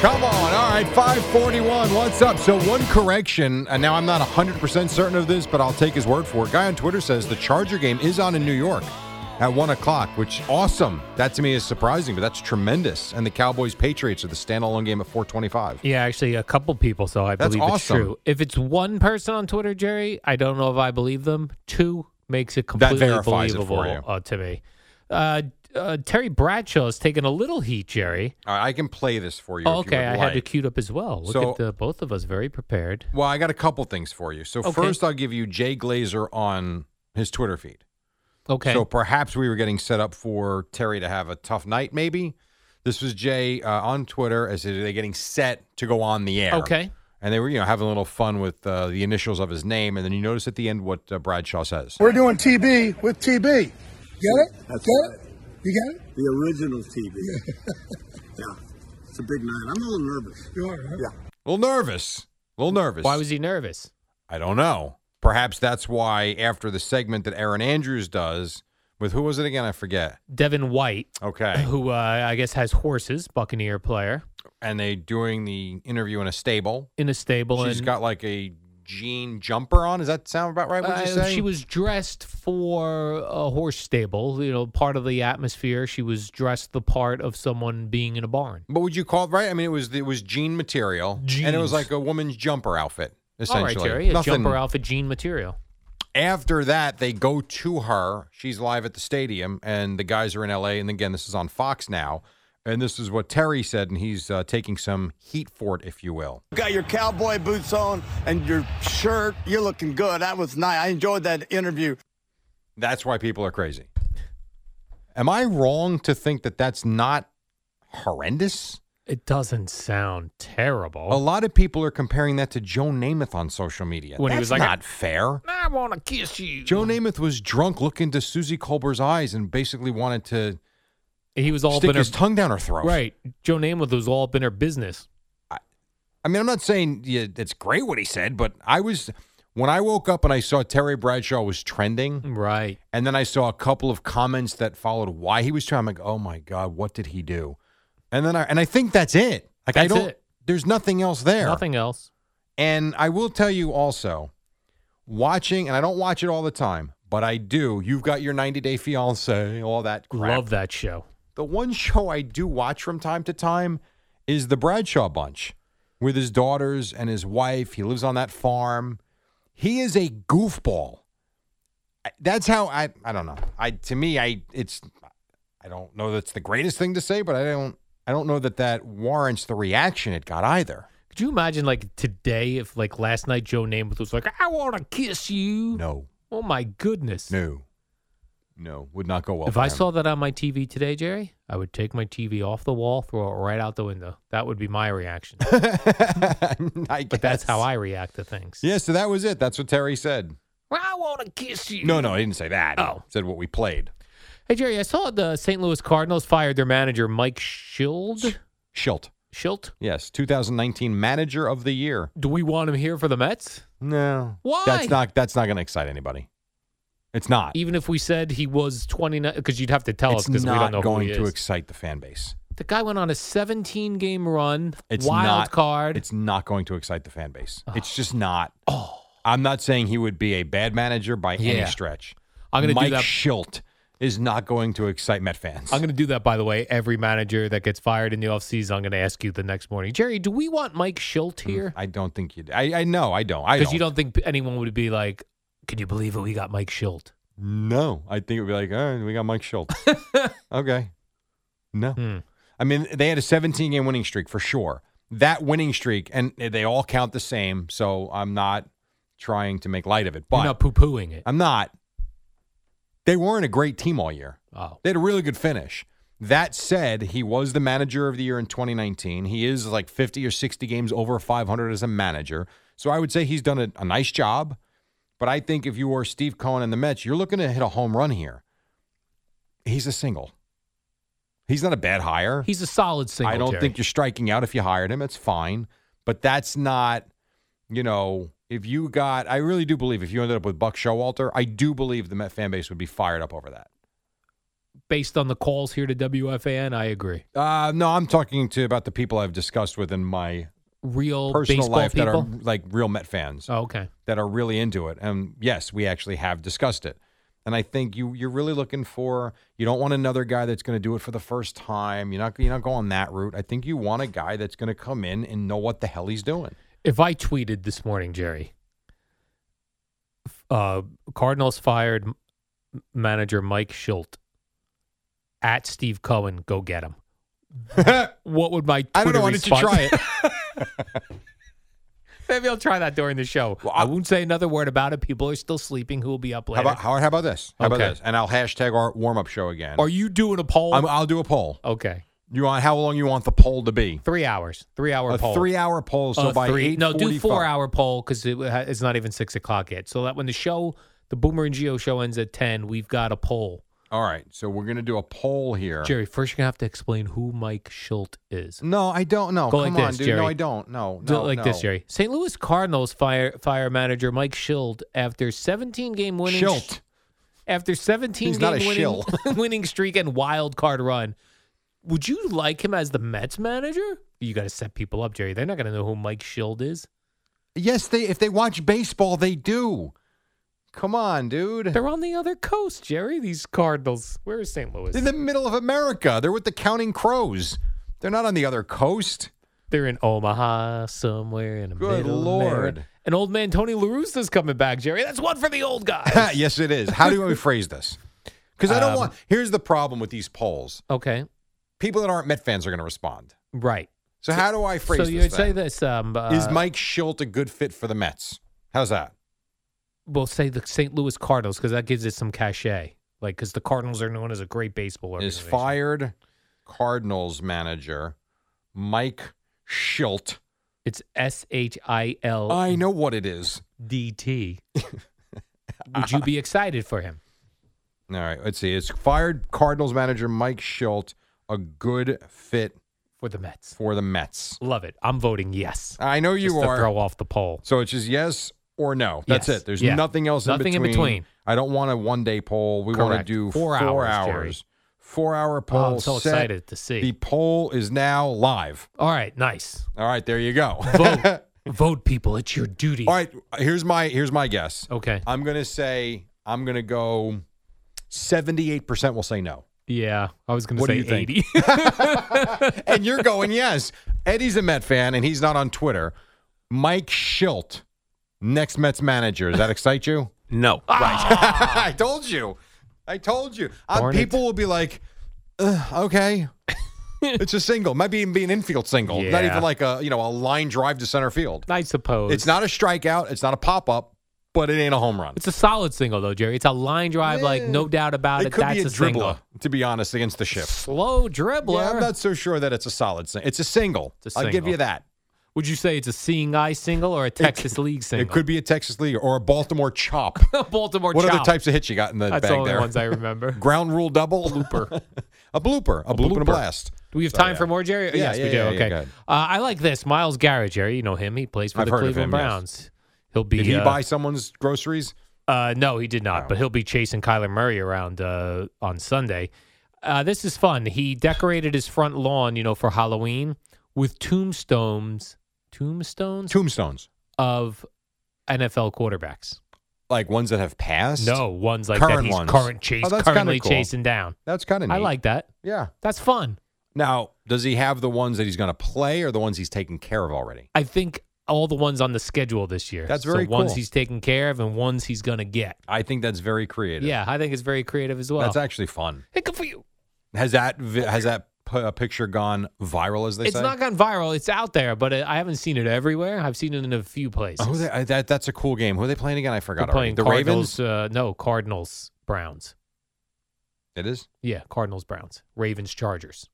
Speaker 5: Come on. All right, 541. What's up? So, one correction, and now I'm not 100% certain of this, but I'll take his word for it. Guy on Twitter says the Charger game is on in New York at 1 o'clock, which awesome. That to me is surprising, but that's tremendous. And the Cowboys Patriots are the standalone game at 425.
Speaker 6: Yeah, actually, a couple people saw. I
Speaker 5: That's
Speaker 6: believe it's
Speaker 5: awesome.
Speaker 6: true. If it's one person on Twitter, Jerry, I don't know if I believe them. Two makes it completely
Speaker 5: verifies it for
Speaker 6: believable
Speaker 5: you.
Speaker 6: Uh, to me. Uh, uh, Terry Bradshaw is taking a little heat, Jerry.
Speaker 5: All right, I can play this for you.
Speaker 6: Oh,
Speaker 5: if you
Speaker 6: okay,
Speaker 5: would
Speaker 6: I had to
Speaker 5: like.
Speaker 6: queued up as well. Look
Speaker 5: So-
Speaker 6: at the, both of us very prepared.
Speaker 5: Well, I got a couple things for you. So,
Speaker 6: Okay.
Speaker 5: first, I'll give you Jay Glazer on his Twitter feed.
Speaker 6: Okay.
Speaker 5: So perhaps we were getting set up for Terry to have a tough night, maybe. This was Jay uh, on Twitter as they- they're getting set to go on the air.
Speaker 6: okay.
Speaker 5: And they were, you know, having a little fun with uh, the initials of his name. And then you notice at the end what uh, Bradshaw says.
Speaker 7: We're doing TB with TB. Get it? Get it? You got it? The original TB. yeah. It's a big night. I'm a little nervous. You are, huh? Yeah.
Speaker 5: A little nervous. A little nervous.
Speaker 6: Why was he nervous?
Speaker 5: I don't know. Perhaps that's why after the segment that Aaron Andrews does with who was it again? I forget.
Speaker 6: Devin White,
Speaker 5: Okay.
Speaker 6: who uh, I guess has horses, Buccaneer player
Speaker 5: and they doing the interview in a stable.
Speaker 6: in a stable.
Speaker 5: She's
Speaker 6: and,
Speaker 5: got like a jean jumper on. Does that sound about right? Would you
Speaker 6: Uh,
Speaker 5: say
Speaker 6: She was dressed for a horse stable, you know, part of the atmosphere. She was dressed the part of someone being in a barn.
Speaker 5: But would you call it right? I mean, it was it was jean material, and it was
Speaker 6: Jeans.
Speaker 5: like a woman's jumper outfit.
Speaker 6: All
Speaker 5: Essentially,
Speaker 6: right, Jerry, a
Speaker 5: Nothing-
Speaker 6: jumper alpha jean material.
Speaker 5: After that, they go to her. She's live at the stadium, and the guys are in L.A. And again, this is on Fox now, and this is what Terry said, and he's uh, taking some heat for it, if you will.
Speaker 7: You got your cowboy boots on and your shirt. You're looking good. That was nice. I enjoyed that interview.
Speaker 5: That's why people are crazy. Am I wrong to think that that's not horrendous?
Speaker 6: It doesn't sound
Speaker 5: A
Speaker 6: terrible.
Speaker 5: lot of people are comparing that to Joe Namath on social media.
Speaker 6: When he
Speaker 5: That's
Speaker 6: was like a-
Speaker 5: not fair.
Speaker 6: I want to kiss you.
Speaker 5: Joe Namath was drunk, looked into Susie Colbert's eyes, and basically wanted to
Speaker 6: he was all up
Speaker 5: stick
Speaker 6: in her
Speaker 5: his tongue down her throat.
Speaker 6: right. Joe Namath was all up in her business.
Speaker 5: I mean, I'm not saying yeah, it's great what he said, but I was when I woke up and I saw Terry Bradshaw was trending,
Speaker 6: Right.
Speaker 5: and then I saw a couple of comments that followed why he was trying. I'm like, oh my god, what did he do? And then I and I think that's it. Like I
Speaker 6: That's
Speaker 5: don't.
Speaker 6: it.
Speaker 5: There's nothing else there.
Speaker 6: Nothing else.
Speaker 5: And I will tell you also, watching, and I don't watch it all the time, but I do. You've got your 90 Day Fiance, all that crap.
Speaker 6: Love that show.
Speaker 5: The one show I do watch from time to time is the Bradshaw Bunch with his daughters and his wife. He lives on that farm. He is a goofball. I- That's how I I don't know. I to me I it's I don't know that's the greatest thing to say, but I don't I don't know that that warrants the reaction it got either.
Speaker 6: Could you imagine like today if like last night Joe Namath was like, I want to kiss you.
Speaker 5: No.
Speaker 6: Oh my goodness.
Speaker 5: No. No, would not go well.
Speaker 6: if
Speaker 5: for
Speaker 6: I
Speaker 5: him.
Speaker 6: saw that on my TV today, Jerry, I would take my TV off the wall, throw it right out the window. That would be my reaction.
Speaker 5: I
Speaker 6: But that's how
Speaker 5: guess.
Speaker 6: I react to things.
Speaker 5: Yeah, so that was it. That's what Terry said.
Speaker 6: I want to kiss you.
Speaker 5: No, no, he didn't say that. He
Speaker 6: Oh.
Speaker 5: said what we played.
Speaker 6: Hey, Jerry, I saw the St. Louis Cardinals fired their manager, Mike Schild.
Speaker 5: Schilt.
Speaker 6: Schilt?
Speaker 5: Yes, 2019 Manager of the Year.
Speaker 6: Do we want him here for the Mets?
Speaker 5: No,
Speaker 6: Why?
Speaker 5: That's not. That's not going to excite anybody. It's not.
Speaker 6: Even if we said he was 29, because you'd have to tell us
Speaker 5: it's
Speaker 6: because we
Speaker 5: not
Speaker 6: don't know
Speaker 5: going
Speaker 6: who he
Speaker 5: to
Speaker 6: is.
Speaker 5: excite the fan base.
Speaker 6: the guy went on a 17 game run,
Speaker 5: It's
Speaker 6: wild
Speaker 5: not,
Speaker 6: card.
Speaker 5: It's not going to excite the fan base. It's just not. Oh. I'm not saying he would be a bad manager by any
Speaker 6: Yeah.
Speaker 5: stretch.
Speaker 6: I'm going to
Speaker 5: Mike
Speaker 6: do that.
Speaker 5: Schilt is not going to excite Met fans.
Speaker 6: I'm going to do that, by the way. Every manager that gets fired in the offseason, I'm going to ask you the next morning, Jerry, do we want Mike Schilt here?
Speaker 5: Mm, I don't think you. I, I know. I don't. I
Speaker 6: Because you don't think anyone would be like, can you believe it? We got Mike Schilt.
Speaker 5: No, I think it would be like, all right, we got Mike Schultz. okay. No.
Speaker 6: Hmm.
Speaker 5: I mean, they had a 17 game winning streak for sure. That winning streak, and they all count the same. So I'm not trying to make light of it,
Speaker 6: You're
Speaker 5: but
Speaker 6: not poo pooing it.
Speaker 5: I'm not. They weren't a great team all year.
Speaker 6: Oh.
Speaker 5: They had a really good finish. That said, he was the manager of the year in 2019. He is like 50 or 60 games over 500 as a manager. So I would say he's done a, a nice job. But I think if you were Steve Cohen and the Mets, you're looking to hit a home run here. He's a single. He's not a bad hire.
Speaker 6: He's a solid single.
Speaker 5: I don't
Speaker 6: Jerry.
Speaker 5: think you're striking out if you hired him. It's fine. But that's not, you know, if you got, I really do believe if you ended up with Buck Showalter, I do believe the Met fan base would be fired up over that.
Speaker 6: based on the calls here to WFAN, I agree.
Speaker 5: Uh, no, I'm talking to about the people I've discussed with in my
Speaker 6: Real
Speaker 5: personal
Speaker 6: baseball
Speaker 5: life
Speaker 6: people.
Speaker 5: that are like real Met fans
Speaker 6: oh, okay.
Speaker 5: that are really into it. And yes, we actually have discussed it. And I think you you're really looking for you don't want another guy that's going to do it for the first time. You're not you're not going that route. I think you want a guy that's going to come in and know what the hell he's doing.
Speaker 6: If I tweeted this morning, Jerry, f- uh, Cardinals fired m- manager Mike Schilt at Steve Cohen, go get him. what would my Twitter
Speaker 5: I don't know. Why don't you
Speaker 6: response?
Speaker 5: try it?
Speaker 6: Maybe I'll try that during the show.
Speaker 5: Well,
Speaker 6: I,
Speaker 5: I-
Speaker 6: won't say another word about it. People are still sleeping. Who will be up
Speaker 5: How
Speaker 6: later?
Speaker 5: about how, how about this? How
Speaker 6: Okay.
Speaker 5: about this? And I'll hashtag our warm up show again.
Speaker 6: are you doing a poll?
Speaker 5: I'm, I'll do a poll.
Speaker 6: okay,
Speaker 5: You want how long you want the poll to be?
Speaker 6: three hours. Three hour
Speaker 5: a
Speaker 6: poll.
Speaker 5: three hour poll. So
Speaker 6: Uh,
Speaker 5: by
Speaker 6: three-
Speaker 5: eight,
Speaker 6: no, do four hour poll because it, ha- it's not even six o'clock yet. So that when the show, the Boomer and Geo show ends at ten, we've got a poll.
Speaker 5: All right, so we're gonna do a poll here.
Speaker 6: Jerry, first you're gonna have to explain who Mike Schulte is.
Speaker 5: No, I don't. No,
Speaker 6: Go
Speaker 5: come
Speaker 6: like
Speaker 5: on,
Speaker 6: this,
Speaker 5: dude.
Speaker 6: Jerry.
Speaker 5: No, I don't. No,
Speaker 6: Do it
Speaker 5: no,
Speaker 6: like this,
Speaker 5: no.
Speaker 6: Jerry. St. Louis Cardinals fire fire manager Mike Schilt after 17 game winning
Speaker 5: Schilt.
Speaker 6: after 17
Speaker 5: He's
Speaker 6: game
Speaker 5: not a
Speaker 6: winning, winning streak and wild card run. Would you like him as the Mets manager? You got to set people up, Jerry. They're not going to know who Mike Schilt is.
Speaker 5: Yes, they. If they watch baseball, they do. Come on, dude.
Speaker 6: They're on the other coast, Jerry. These Cardinals. Where is St. Louis?
Speaker 5: They're in the middle of America. They're with the Counting Crows. They're not on the other coast.
Speaker 6: They're in Omaha somewhere in the
Speaker 5: Good
Speaker 6: middle. of
Speaker 5: Lord.
Speaker 6: America. And old man Tony LaRusa's coming back, Jerry. That's one for the old guys.
Speaker 5: yes, it is. How do you want me to phrase this? Because I don't
Speaker 6: Um,
Speaker 5: want. Here's the problem with these polls.
Speaker 6: Okay.
Speaker 5: People that aren't Met fans are going to respond.
Speaker 6: Right.
Speaker 5: So, how do I phrase
Speaker 6: so
Speaker 5: this?
Speaker 6: you'd say
Speaker 5: then?
Speaker 6: this. Um, uh,
Speaker 5: Is Mike Schilt a good fit for the Mets? How's that?
Speaker 6: We'll say the St. Louis Cardinals because that gives it some cachet. Like, because the Cardinals are known as a great baseball
Speaker 5: Is
Speaker 6: organization.
Speaker 5: fired Cardinals manager Mike Schilt.
Speaker 6: It's S H I L
Speaker 5: I know what it is.
Speaker 6: D T. Would you be excited for him?
Speaker 5: All right, let's see. It's fired Cardinals manager Mike Schilt a good fit
Speaker 6: For the Mets.
Speaker 5: for the Mets?
Speaker 6: Love it. I'm voting yes.
Speaker 5: I know you
Speaker 6: Just
Speaker 5: are.
Speaker 6: To throw off the poll.
Speaker 5: So it's just yes or no. That's
Speaker 6: Yes.
Speaker 5: it. There's
Speaker 6: Yeah.
Speaker 5: nothing else
Speaker 6: Nothing
Speaker 5: in
Speaker 6: in
Speaker 5: between.
Speaker 6: between.
Speaker 5: I don't want a one day poll. We want
Speaker 6: Correct.
Speaker 5: to do
Speaker 6: Four
Speaker 5: four,
Speaker 6: hours, Jerry.
Speaker 5: hours. Four hour poll.
Speaker 6: Oh, I'm so
Speaker 5: set.
Speaker 6: excited to see.
Speaker 5: The poll is now live.
Speaker 6: All right. Nice.
Speaker 5: All right, there you go.
Speaker 6: Vote. Vote, people. It's your duty.
Speaker 5: All right, here's my here's my guess.
Speaker 6: Okay.
Speaker 5: I'm gonna say I'm gonna go. Seventy-eight percent will say no,
Speaker 6: Yeah. I was going to
Speaker 5: What do
Speaker 6: say
Speaker 5: you think?
Speaker 6: 80.
Speaker 5: and you're going yes. Eddie's a Met fan, and he's not on Twitter. Mike Schilt, next Mets manager. Does that excite you?
Speaker 6: no.
Speaker 5: I told you. I told you. Uh,
Speaker 6: Darn it.
Speaker 5: people will be like, "Ugh, okay. it's a single. Might be even be an infield single. Not
Speaker 6: Yeah.
Speaker 5: even like a you know a line drive to center field.
Speaker 6: I suppose.
Speaker 5: It's not a strikeout. It's not a pop up, but it ain't a home run.
Speaker 6: It's a solid single, though, Jerry. It's a line drive, like, no doubt about it.
Speaker 5: it could
Speaker 6: That's
Speaker 5: be a, dribbler,
Speaker 6: single.
Speaker 5: to be honest, against the ship.
Speaker 6: Slow dribbler.
Speaker 5: Yeah, I'm not so sure that it's a solid single. It's a single.
Speaker 6: It's a
Speaker 5: I'll give
Speaker 6: single.
Speaker 5: you that.
Speaker 6: Would you say it's a seeing eye single or a Texas League single?
Speaker 5: It could be a Texas League or a Baltimore chop.
Speaker 6: a Baltimore
Speaker 5: what other
Speaker 6: chop.
Speaker 5: types of hits you got in the
Speaker 6: That's
Speaker 5: bag
Speaker 6: the only
Speaker 5: there?
Speaker 6: ones I remember. Do
Speaker 5: Ground rule double, blooper, a blooper, a, bloop and a
Speaker 6: blooper.
Speaker 5: blast.
Speaker 6: we have
Speaker 5: So,
Speaker 6: time
Speaker 5: yeah.
Speaker 6: for more, Jerry? Oh,
Speaker 5: Yeah,
Speaker 6: yes,
Speaker 5: yeah,
Speaker 6: we do.
Speaker 5: yeah, yeah,
Speaker 6: okay.
Speaker 5: go ahead.
Speaker 6: uh, I like this. Miles Garrett, Jerry. You know him. He plays for
Speaker 5: I've
Speaker 6: the
Speaker 5: heard of
Speaker 6: Cleveland
Speaker 5: him, yes.
Speaker 6: Browns. He'll be.
Speaker 5: Did he
Speaker 6: uh,
Speaker 5: buy Oh. someone's groceries?
Speaker 6: Uh, no, he did not. But he'll be chasing Kyler Murray around uh, on Sunday. Uh, this is fun. He decorated his front lawn, you know, for Halloween with tombstones, tombstones
Speaker 5: Tombstones,
Speaker 6: of NFL quarterbacks.
Speaker 5: like ones that have passed.
Speaker 6: No ones like that.
Speaker 5: Current
Speaker 6: He's
Speaker 5: ones.
Speaker 6: current chase,
Speaker 5: Oh, that's kinda
Speaker 6: currently
Speaker 5: cool.
Speaker 6: chasing down.
Speaker 5: that's kind of neat.
Speaker 6: I like that.
Speaker 5: Yeah.
Speaker 6: That's fun.
Speaker 5: Now, does he have the ones that he's going to play, or the ones he's taken care of already?
Speaker 6: I think all the ones on the schedule this year.
Speaker 5: That's
Speaker 6: So
Speaker 5: very
Speaker 6: ones
Speaker 5: cool.
Speaker 6: he's taking care of and ones he's gonna get.
Speaker 5: I think that's very creative.
Speaker 6: Yeah, I think it's very creative as well.
Speaker 5: that's actually fun.
Speaker 6: hey, good for you.
Speaker 5: Has that vi- has that p- uh, picture gone viral? As they
Speaker 6: It's
Speaker 5: say,
Speaker 6: not gone viral. It's out there, but I haven't seen it everywhere. I've seen it in a few places.
Speaker 5: Oh, who they, uh, that that's a cool game. Who are they playing again? I
Speaker 6: They're
Speaker 5: forgot. already.
Speaker 6: playing
Speaker 5: The
Speaker 6: Cardinals.
Speaker 5: Ravens.
Speaker 6: Uh, no, Cardinals Browns.
Speaker 5: It is?
Speaker 6: Yeah, Cardinals Browns, Ravens Chargers,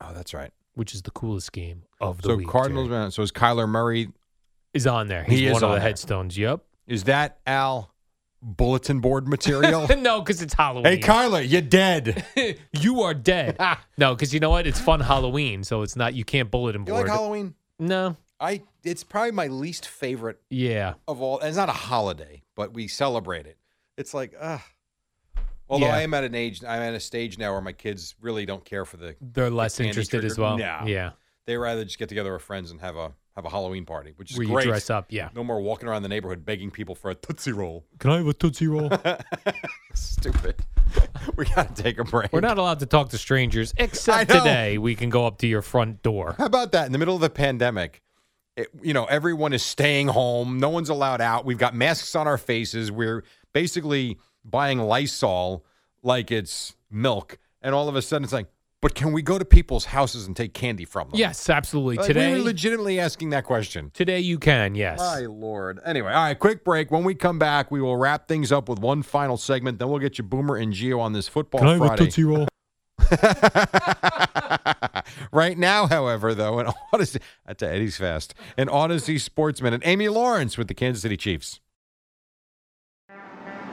Speaker 5: Oh, that's right.
Speaker 6: which is the coolest game of the
Speaker 5: So
Speaker 6: week.
Speaker 5: Cardinals,
Speaker 6: Jerry.
Speaker 5: man, so is Kyler Murray.
Speaker 6: is on there.
Speaker 5: He
Speaker 6: He's
Speaker 5: is
Speaker 6: one of
Speaker 5: on
Speaker 6: the
Speaker 5: there.
Speaker 6: headstones. Yep.
Speaker 5: Is that Al bulletin board material?
Speaker 6: no, because it's Halloween.
Speaker 5: hey, Kyler, you're dead.
Speaker 6: you are dead. no, because you know what? It's fun Halloween, so it's not. You can't bulletin
Speaker 5: You
Speaker 6: board.
Speaker 5: like Halloween?
Speaker 6: no.
Speaker 5: I. It's probably my least favorite
Speaker 6: Yeah.
Speaker 5: of all. And it's not a holiday, but we celebrate it. It's like, ah. Although
Speaker 6: Yeah.
Speaker 5: I am at an age, I'm at a stage now where my kids really don't care for the.
Speaker 6: They're less
Speaker 5: candy
Speaker 6: interested
Speaker 5: trick
Speaker 6: as
Speaker 5: or-
Speaker 6: well.
Speaker 5: No.
Speaker 6: Yeah.
Speaker 5: They rather just get together with friends and have a have a Halloween party, which is
Speaker 6: Where
Speaker 5: great.
Speaker 6: you dress up. Yeah.
Speaker 5: No more walking around the neighborhood begging people for a tootsie roll.
Speaker 6: Can I have a Tootsie Roll?
Speaker 5: Stupid. we gotta take a break.
Speaker 6: We're not allowed to talk to strangers, except
Speaker 5: I know.
Speaker 6: today we can go up to your front door.
Speaker 5: How about that? In the middle of the pandemic, it, you know, everyone is staying home. No one's allowed out. We've got masks on our faces. We're basically buying Lysol like it's milk. And all of a sudden, it's like, but can we go to people's houses and take candy from them?
Speaker 6: Yes, absolutely.
Speaker 5: Like,
Speaker 6: today,
Speaker 5: we were legitimately asking that question.
Speaker 6: today you can. Yes.
Speaker 5: My lord. Anyway, all right, quick break. When we come back, we will wrap things up with one final segment. Then we'll get you Boomer and Geo on this football Friday.
Speaker 6: Roll?
Speaker 5: right now, however, though, an Odyssey at Eddie's Fast, an Odyssey sportsman, and Amy Lawrence with the Kansas City Chiefs.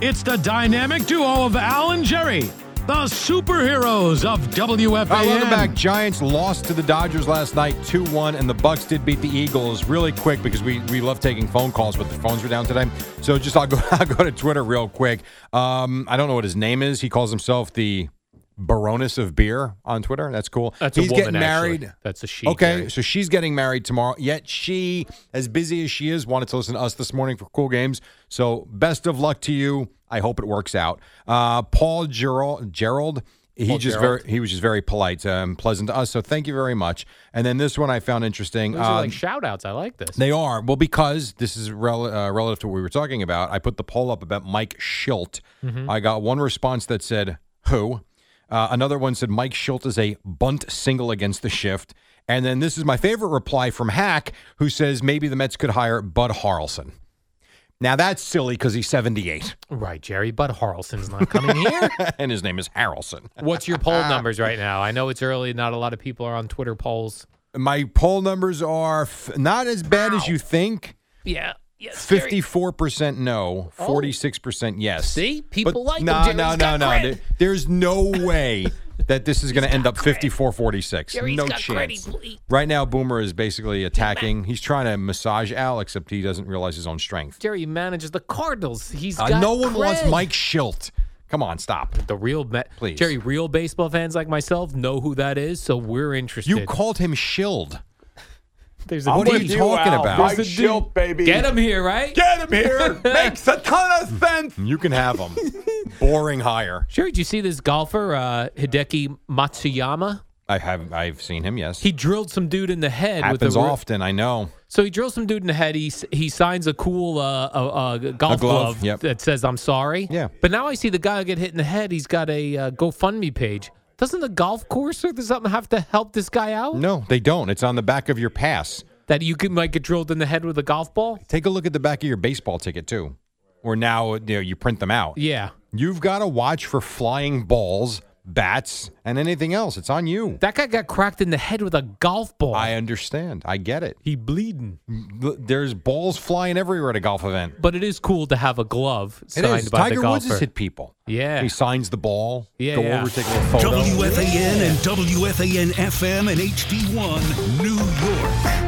Speaker 4: It's the dynamic duo of Al and Jerry, the superheroes of WFAN.
Speaker 5: All right, welcome back. Giants lost to the Dodgers last night, two one, and the Bucks did beat the Eagles really quick because we we love taking phone calls, but the phones were down today. So just I'll go I'll go to Twitter real quick. Um, I don't know what his name is. He calls himself the Baroness of Beer on Twitter. That's cool.
Speaker 6: That's
Speaker 5: He's
Speaker 6: a woman.
Speaker 5: getting married.
Speaker 6: Actually. That's a she.
Speaker 5: okay,
Speaker 6: Jerry.
Speaker 5: so she's getting married tomorrow. Yet she, as busy as she is, wanted to listen to us this morning for cool games. So best of luck to you. I hope it works out. Uh, Paul Gerald, Gerald, he
Speaker 6: Paul
Speaker 5: just
Speaker 6: Gerald.
Speaker 5: very he was just very polite and pleasant to us. So thank you very much. And then this one I found interesting.
Speaker 6: Those are
Speaker 5: Um,
Speaker 6: like shout outs. I like this.
Speaker 5: they are. Well, because this is rel- uh, relative to what we were talking about, I put the poll up about Mike Schilt.
Speaker 6: Mm-hmm.
Speaker 5: I got one response that said, Who? Uh, another one said, Mike Schilt is a bunt single against the shift. And then this is my favorite reply from Hack, who says, Maybe the Mets could hire Bud Harrelson. Now that's silly because he's 78
Speaker 6: right, Jerry. But Harlson's not coming here.
Speaker 5: and his name is Harrelson.
Speaker 6: What's your poll numbers right now? I know it's early. Not a lot of people are on Twitter polls.
Speaker 5: My poll numbers are f- not as bad as you think.
Speaker 6: Yeah. Yes, Jerry.
Speaker 5: 54% no, 46% yes.
Speaker 6: Oh. See?
Speaker 5: But
Speaker 6: People like him,
Speaker 5: no,
Speaker 6: Jerry.
Speaker 5: No, no,
Speaker 6: He's got
Speaker 5: no,
Speaker 6: grit.
Speaker 5: There- There's no way that this is going to end up 54 46.
Speaker 6: Jerry's
Speaker 5: No
Speaker 6: got gritty
Speaker 5: chance.
Speaker 6: bleep.
Speaker 5: Right now, Boomer is basically attacking. He's trying to massage Al, except he doesn't realize his own strength.
Speaker 6: Jerry manages the Cardinals. He's
Speaker 5: Uh,
Speaker 6: got
Speaker 5: no one wants
Speaker 6: cred.
Speaker 5: Mike Schilt. Come on, stop.
Speaker 6: The real Met.
Speaker 5: Please.
Speaker 6: Jerry, real baseball fans like myself know who that is, so we're interested.
Speaker 5: You called him Shield.
Speaker 6: There's a
Speaker 5: What are
Speaker 6: dude-
Speaker 5: you talking about?
Speaker 6: There's a dude- Get him here, right?
Speaker 5: Get him here. Makes a ton of sense. You can have him. Boring hire.
Speaker 6: Sure. Did you see this golfer, uh, Hideki Matsuyama?
Speaker 5: I have. I've seen him. Yes.
Speaker 6: He drilled some dude in the head with
Speaker 5: happens
Speaker 6: the ru-
Speaker 5: often. I know.
Speaker 6: So he drills some dude in the head. He s- he signs a cool uh, uh, uh,
Speaker 5: glove,
Speaker 6: golf glove,
Speaker 5: yep.
Speaker 6: that says "I'm sorry."
Speaker 5: Yeah.
Speaker 6: But now I see the guy get hit in the head. He's got a uh, GoFundMe page. Doesn't the golf course or something have to help this guy out?
Speaker 5: No, they don't. It's on the back of your pass.
Speaker 6: That you can like get drilled in the head with a golf ball.
Speaker 5: Take a look at the back of your baseball ticket too. Or now you, know, you print them out.
Speaker 6: Yeah.
Speaker 5: You've got to watch for flying balls, bats, and anything else. It's on you.
Speaker 6: That guy got cracked in the head with a golf ball.
Speaker 5: I understand. I get it.
Speaker 6: he bleeding.
Speaker 5: L- There's balls flying everywhere at a golf event.
Speaker 6: But it is cool to have a glove
Speaker 5: It
Speaker 6: signed
Speaker 5: is.
Speaker 6: by
Speaker 5: Tiger
Speaker 6: the
Speaker 5: Woods
Speaker 6: golfer.
Speaker 5: has hit people.
Speaker 6: Yeah.
Speaker 5: He signs the ball.
Speaker 6: Yeah,
Speaker 5: Go
Speaker 6: yeah.
Speaker 5: over, take a little photo.
Speaker 2: WFAN and WFAN FM and HD1, New York.